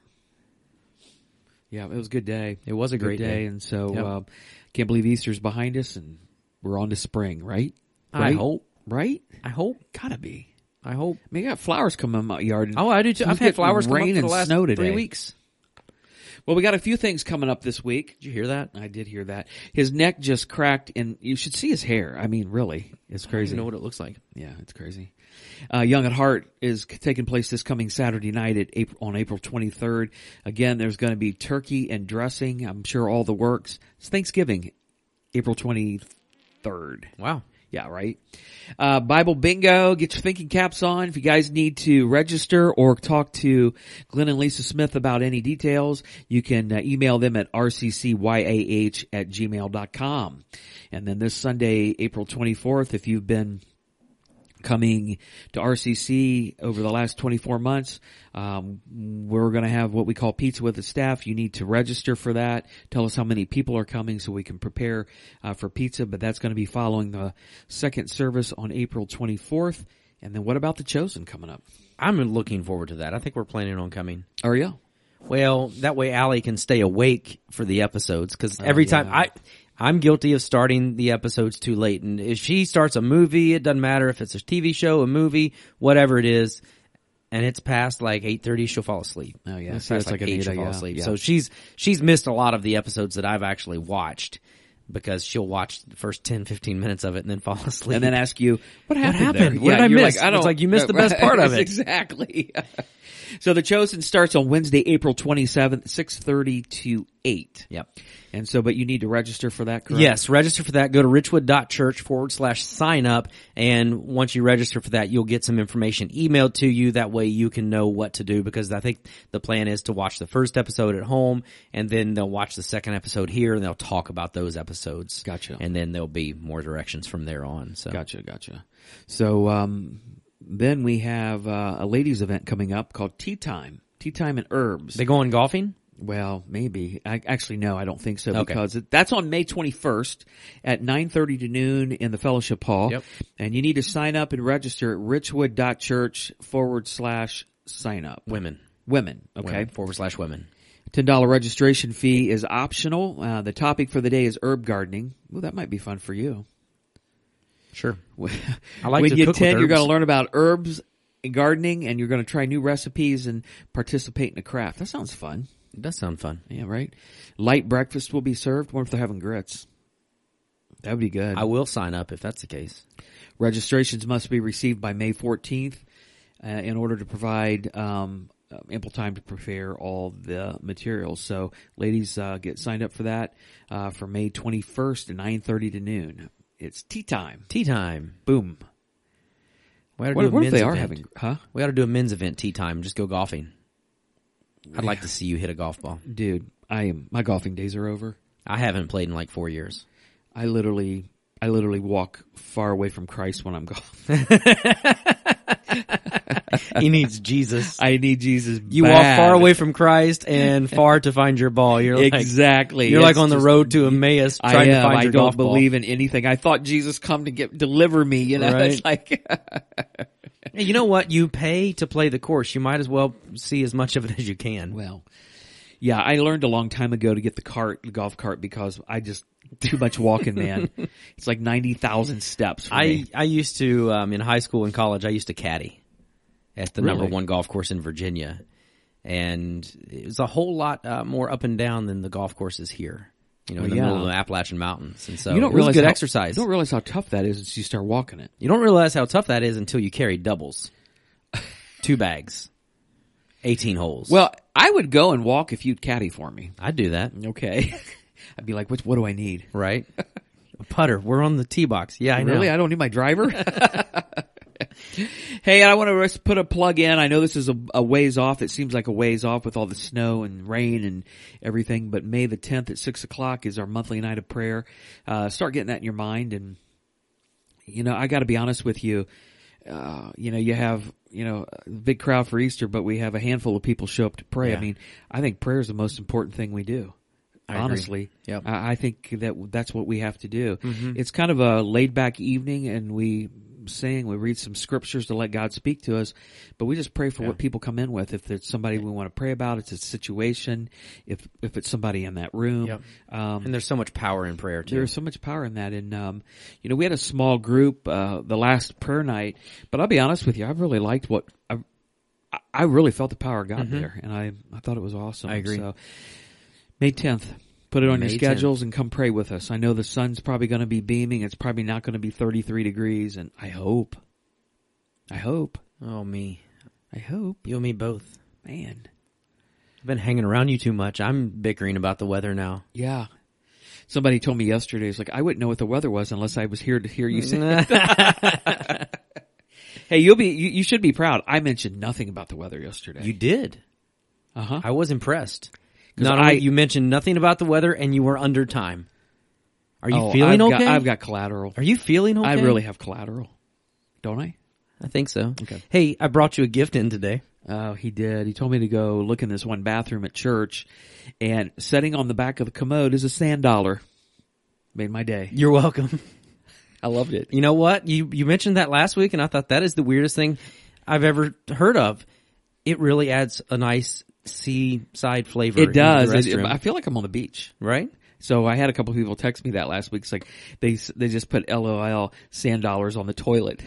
[SPEAKER 2] Yeah, it was a good day.
[SPEAKER 1] It was a
[SPEAKER 2] Good
[SPEAKER 1] great
[SPEAKER 2] day,
[SPEAKER 1] day.
[SPEAKER 2] and so
[SPEAKER 1] Yep.
[SPEAKER 2] um, can't believe Easter's behind us, and we're on to spring, right?
[SPEAKER 1] I
[SPEAKER 2] Right?
[SPEAKER 1] hope.
[SPEAKER 2] right?
[SPEAKER 1] I hope.
[SPEAKER 2] Gotta be.
[SPEAKER 1] I hope.
[SPEAKER 2] I mean, I got flowers coming in my yard. and-
[SPEAKER 1] Oh, I do too.
[SPEAKER 2] It's
[SPEAKER 1] I've had
[SPEAKER 2] getting
[SPEAKER 1] flowers come up
[SPEAKER 2] rain
[SPEAKER 1] for the
[SPEAKER 2] and
[SPEAKER 1] last
[SPEAKER 2] snow today.
[SPEAKER 1] three weeks.
[SPEAKER 2] Well, we got a few things coming up this week.
[SPEAKER 1] Did you hear that?
[SPEAKER 2] I did hear that his neck just cracked, and you should see his hair. I mean, really, it's crazy.
[SPEAKER 1] You know what it looks like.
[SPEAKER 2] Yeah, it's crazy. Uh, Young at Heart is c- taking place this coming Saturday night at April, on April 23rd. Again, there's going to be turkey and dressing. I'm sure all the works. It's Thanksgiving, April 23rd.
[SPEAKER 1] Wow.
[SPEAKER 2] Yeah, right. Uh, Bible bingo. Get your thinking caps on. If you guys need to register or talk to Glenn and Lisa Smith about any details, you can uh, email them at rccyah at gmail.com. And then this Sunday, April 24th, if you've been coming to RCC over the last 24 months. Um, we're going to have what we call pizza with the staff. You need to register for that. Tell us how many people are coming so we can prepare uh, for pizza. But that's going to be following the second service on April 24th. And then what about the chosen coming up?
[SPEAKER 1] I'm looking forward to that. I think we're planning on coming.
[SPEAKER 2] Are you?
[SPEAKER 1] Well, that way Allie can stay awake for the episodes
[SPEAKER 2] Oh,
[SPEAKER 1] because every time I, I'm guilty of starting the episodes too late. And if she starts a movie, it doesn't matter if it's a TV show, a movie, whatever it is, and it's past like eight thirty, she'll fall asleep.
[SPEAKER 2] Oh, yeah.
[SPEAKER 1] it's
[SPEAKER 2] So
[SPEAKER 1] past
[SPEAKER 2] it's
[SPEAKER 1] like,
[SPEAKER 2] like
[SPEAKER 1] eight, she'll
[SPEAKER 2] Anita,
[SPEAKER 1] fall
[SPEAKER 2] yeah,
[SPEAKER 1] asleep.
[SPEAKER 2] yeah.
[SPEAKER 1] So she's she's missed a lot of the episodes that I've actually watched because she'll watch the first 10, 15 minutes of it and then fall asleep.
[SPEAKER 2] And then ask you, what happened?
[SPEAKER 1] happened?
[SPEAKER 2] there?
[SPEAKER 1] What did I
[SPEAKER 2] you're
[SPEAKER 1] miss? It's like you missed the best part of it.
[SPEAKER 2] Exactly. so the chosen starts on Wednesday, April 27th, 6.30 to 8.
[SPEAKER 1] yep.
[SPEAKER 2] And so, but you need to register for that, correct?
[SPEAKER 1] Yes, register for that. Go to richwood.church forward slash sign up. And once you register for that, you'll get some information emailed to you. That way you can know what to do because I think the plan is to watch the first episode at home and then they'll watch the second episode here and they'll talk about those episodes.
[SPEAKER 2] Gotcha.
[SPEAKER 1] And then there'll be more directions from there on. So
[SPEAKER 2] Gotcha, gotcha. So um, then we have uh, a ladies' event coming up called Tea Time. Tea Time and Herbs.
[SPEAKER 1] they going golfing?
[SPEAKER 2] well, maybe. I, actually, no, I don't think so
[SPEAKER 1] Okay.
[SPEAKER 2] because it, that's on May 21st at 9.30 to noon in the Fellowship Hall.
[SPEAKER 1] Yep.
[SPEAKER 2] And you need to sign up and register at richwood.church forward slash sign up.
[SPEAKER 1] Women.
[SPEAKER 2] Women, okay.
[SPEAKER 1] Women. Forward slash women.
[SPEAKER 2] $10 registration fee is optional. Uh, the topic for the day is herb gardening. Well, that might be fun for you.
[SPEAKER 1] Sure.
[SPEAKER 2] I
[SPEAKER 1] like
[SPEAKER 2] when
[SPEAKER 1] to
[SPEAKER 2] you
[SPEAKER 1] cook with
[SPEAKER 2] you're going to
[SPEAKER 1] herbs.
[SPEAKER 2] learn about herbs and gardening, and you're going to try new recipes and participate in a craft. That sounds fun.
[SPEAKER 1] It does sound fun.
[SPEAKER 2] Yeah, right. Light breakfast will be served. Wonder if they're having grits. That would be good.
[SPEAKER 1] I will sign up if that's the case.
[SPEAKER 2] Registrations must be received by May 14th uh, in order to provide um, uh, ample time to prepare all the materials. So, ladies, uh, get signed up for that uh, for May 21st at 9:30 to noon. It's tea time.
[SPEAKER 1] Tea time.
[SPEAKER 2] Boom.
[SPEAKER 1] We ought to do
[SPEAKER 2] What,
[SPEAKER 1] a
[SPEAKER 2] what
[SPEAKER 1] men's
[SPEAKER 2] if they are
[SPEAKER 1] event.
[SPEAKER 2] having? Huh?
[SPEAKER 1] We ought to do a men's event tea time. Just go golfing. I'd like to see you hit a golf ball.
[SPEAKER 2] dude i am my golfing days are over
[SPEAKER 1] I haven't played in like four years.
[SPEAKER 2] i literally i literally walk far away from christ when i'm golfing
[SPEAKER 1] He needs Jesus.
[SPEAKER 2] i need jesus
[SPEAKER 1] You
[SPEAKER 2] bad.
[SPEAKER 1] walk far away from Christ and far to find your ball. You're like,
[SPEAKER 2] exactly
[SPEAKER 1] you're like
[SPEAKER 2] It's
[SPEAKER 1] on the
[SPEAKER 2] just-
[SPEAKER 1] road to Emmaus trying
[SPEAKER 2] I
[SPEAKER 1] to
[SPEAKER 2] am.
[SPEAKER 1] find
[SPEAKER 2] I
[SPEAKER 1] your
[SPEAKER 2] don't
[SPEAKER 1] golf ball.
[SPEAKER 2] believe in anything. I thought Jesus come to get deliver me. You know,
[SPEAKER 1] Right.
[SPEAKER 2] it's like
[SPEAKER 1] Hey, You know what? You pay to play the course. You might as well see as much of it as you can.
[SPEAKER 2] well, yeah. I learned a long time ago to get the cart, the golf cart, because I just too much walking, man. It's like ninety thousand steps. For
[SPEAKER 1] I,
[SPEAKER 2] me.
[SPEAKER 1] I used to, um, in high school and college, I used to caddy at the number
[SPEAKER 2] Really?
[SPEAKER 1] one golf course in Virginia. And it was a whole lot uh, more up and down than the golf courses here, you know, in the
[SPEAKER 2] yeah.
[SPEAKER 1] middle of the Appalachian Mountains. And so
[SPEAKER 2] you don't
[SPEAKER 1] it was
[SPEAKER 2] realize
[SPEAKER 1] good
[SPEAKER 2] how,
[SPEAKER 1] exercise.
[SPEAKER 2] You don't realize how tough that is until you start walking it.
[SPEAKER 1] You don't realize how tough that is until you carry doubles. Two bags. 18 holes.
[SPEAKER 2] Well, I would go and walk if you'd caddy for me.
[SPEAKER 1] I'd do that,
[SPEAKER 2] Okay. I'd be like, what, what do I need?
[SPEAKER 1] right? A putter. We're on the tee box. Yeah, I know.
[SPEAKER 2] Really? I don't need my driver? hey, I want to just put a plug in. I know this is a, a ways off. It seems like a ways off with all the snow and rain and everything, but May the 10th at 6 o'clock is our monthly night of prayer. Uh, start getting that in your mind. And, you know, I got to be honest with you. Uh, you know, you have, you know, a big crowd for Easter, but we have a handful of people show up to pray. I
[SPEAKER 1] Yeah.
[SPEAKER 2] mean, I think prayer is the most important thing we do.
[SPEAKER 1] agree.
[SPEAKER 2] honestly,
[SPEAKER 1] Yep. Mm-hmm.
[SPEAKER 2] I, I think that that's what we have to do. It's kind of a laid back evening and we sing, we read some scriptures to let God speak to us, but we just pray for what people come in with. If it's somebody we want to pray about, it's a situation. If, if it's somebody in that room,
[SPEAKER 1] Yep.
[SPEAKER 2] um,
[SPEAKER 1] And there's so much power in prayer too.
[SPEAKER 2] there's so much power in that. And, um, you know, we had a small group, uh, the last prayer night, but I'll be honest with you, I really liked what I, I- I really felt the power of God there and I, I thought it was awesome.
[SPEAKER 1] Mm-hmm. I agree.
[SPEAKER 2] So, May 10th. Put it on
[SPEAKER 1] May
[SPEAKER 2] your schedules and come pray with us. I know the sun's probably going to be beaming. It's probably not going to be 33 degrees and I hope, I hope,
[SPEAKER 1] oh me.
[SPEAKER 2] I hope,
[SPEAKER 1] You and me both.
[SPEAKER 2] man.
[SPEAKER 1] I've been hanging around you too much. I'm bickering about the weather now.
[SPEAKER 2] Yeah. Somebody told me yesterday, it's like, I wouldn't know what the weather was unless I was here to hear
[SPEAKER 1] Mm-hmm.
[SPEAKER 2] you say. hey, you'll be, you, you should be proud. I mentioned nothing about the weather yesterday.
[SPEAKER 1] You did.
[SPEAKER 2] uh huh.
[SPEAKER 1] I was impressed. Not only
[SPEAKER 2] I-
[SPEAKER 1] you mentioned nothing about the weather and you were under time. Are you
[SPEAKER 2] Oh,
[SPEAKER 1] feeling
[SPEAKER 2] I've
[SPEAKER 1] okay?
[SPEAKER 2] Got, I've got collateral.
[SPEAKER 1] Are you feeling okay?
[SPEAKER 2] I really have collateral. Don't I?
[SPEAKER 1] I think so. Okay. Hey, I brought you a gift in today.
[SPEAKER 2] Oh, he did. He told me to go look in this one bathroom at church, and sitting on the back of the commode is a sand dollar. Made my day.
[SPEAKER 1] You're welcome.
[SPEAKER 2] I loved it.
[SPEAKER 1] You know what? You you mentioned that last week, and I thought that is the weirdest thing I've ever heard of. It really adds a nice seaside flavor.
[SPEAKER 2] It does.
[SPEAKER 1] into the
[SPEAKER 2] It-
[SPEAKER 1] restroom,
[SPEAKER 2] I feel like I'm on the beach.
[SPEAKER 1] right?
[SPEAKER 2] So I had a couple people text me that last week. It's like they they just put LOL sand dollars on the toilet.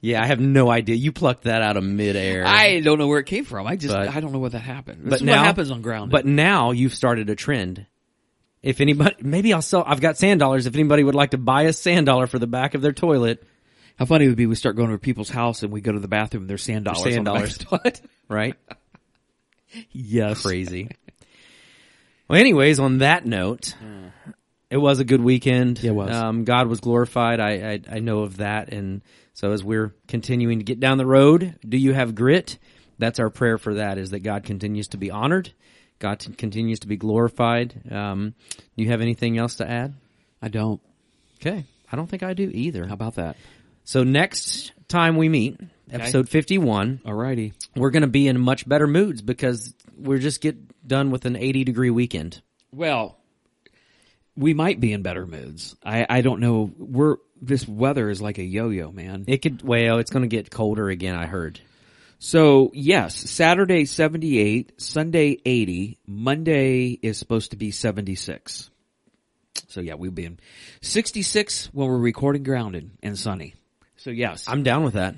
[SPEAKER 1] Yeah, I have no idea. You plucked that out of midair.
[SPEAKER 2] I don't know where it came from. I just
[SPEAKER 1] But-
[SPEAKER 2] I don't know where that happened. This
[SPEAKER 1] but
[SPEAKER 2] is
[SPEAKER 1] now
[SPEAKER 2] what happens on ground.
[SPEAKER 1] But now you've started a trend. If anybody, maybe I'll sell. I've got sand dollars. If anybody would like to buy a sand dollar for the back of their toilet,
[SPEAKER 2] how funny it would be we start going to people's house and we go to the bathroom. There's sand dollars.
[SPEAKER 1] sand
[SPEAKER 2] on the back
[SPEAKER 1] dollars.
[SPEAKER 2] of the toilet.
[SPEAKER 1] right?
[SPEAKER 2] yes.
[SPEAKER 1] Crazy. well, anyways, on that note, it was a good weekend.
[SPEAKER 2] Mm. It was.
[SPEAKER 1] Um, God was glorified. I, I I know of that, and so as we're continuing to get down the road, do you have grit? That's our prayer for that is that God continues to be honored, God t- continues to be glorified. Um, do you have anything else to add?
[SPEAKER 2] I don't.
[SPEAKER 1] Okay. I don't think I do either.
[SPEAKER 2] How about that?
[SPEAKER 1] So next time we meet, episode 51,
[SPEAKER 2] Alrighty.
[SPEAKER 1] we're going to be in much better moods because we're just get done with an 80 degree weekend.
[SPEAKER 2] Well, we might be in better moods. I I don't know. We're this weather is like a yo-yo, man.
[SPEAKER 1] It could, well, it's going to get colder again, I heard.
[SPEAKER 2] So yes, Saturday 78, Sunday 80, Monday is supposed to be 76. So yeah, we've been 66 when we're recording grounded and sunny. So yes,
[SPEAKER 1] I'm down with that.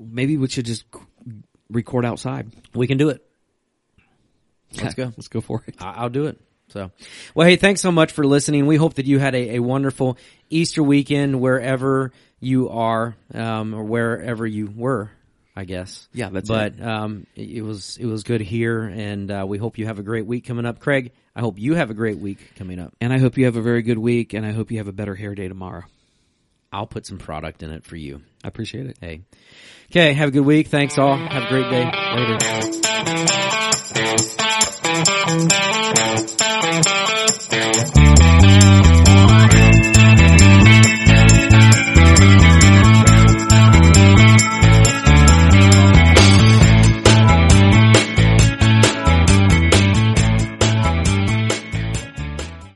[SPEAKER 2] maybe we should just record outside.
[SPEAKER 1] We can do it. Let's go.
[SPEAKER 2] Let's go for it.
[SPEAKER 1] I- I'll do it. So, well, hey, thanks so much for listening. We hope that you had a, a wonderful Easter weekend wherever you are, um, or wherever you were, I guess.
[SPEAKER 2] Yeah, that's
[SPEAKER 1] but, um, it, it was, it was good here and, uh, we hope you have a great week coming up. Craig, I hope you have a great week coming up.
[SPEAKER 2] And I hope you have a very good week and I hope you have a better hair day tomorrow.
[SPEAKER 1] I'll put some product in it for you.
[SPEAKER 2] I appreciate it.
[SPEAKER 1] Hey. Okay. Have a good week. Thanks all. Have a great day. Later.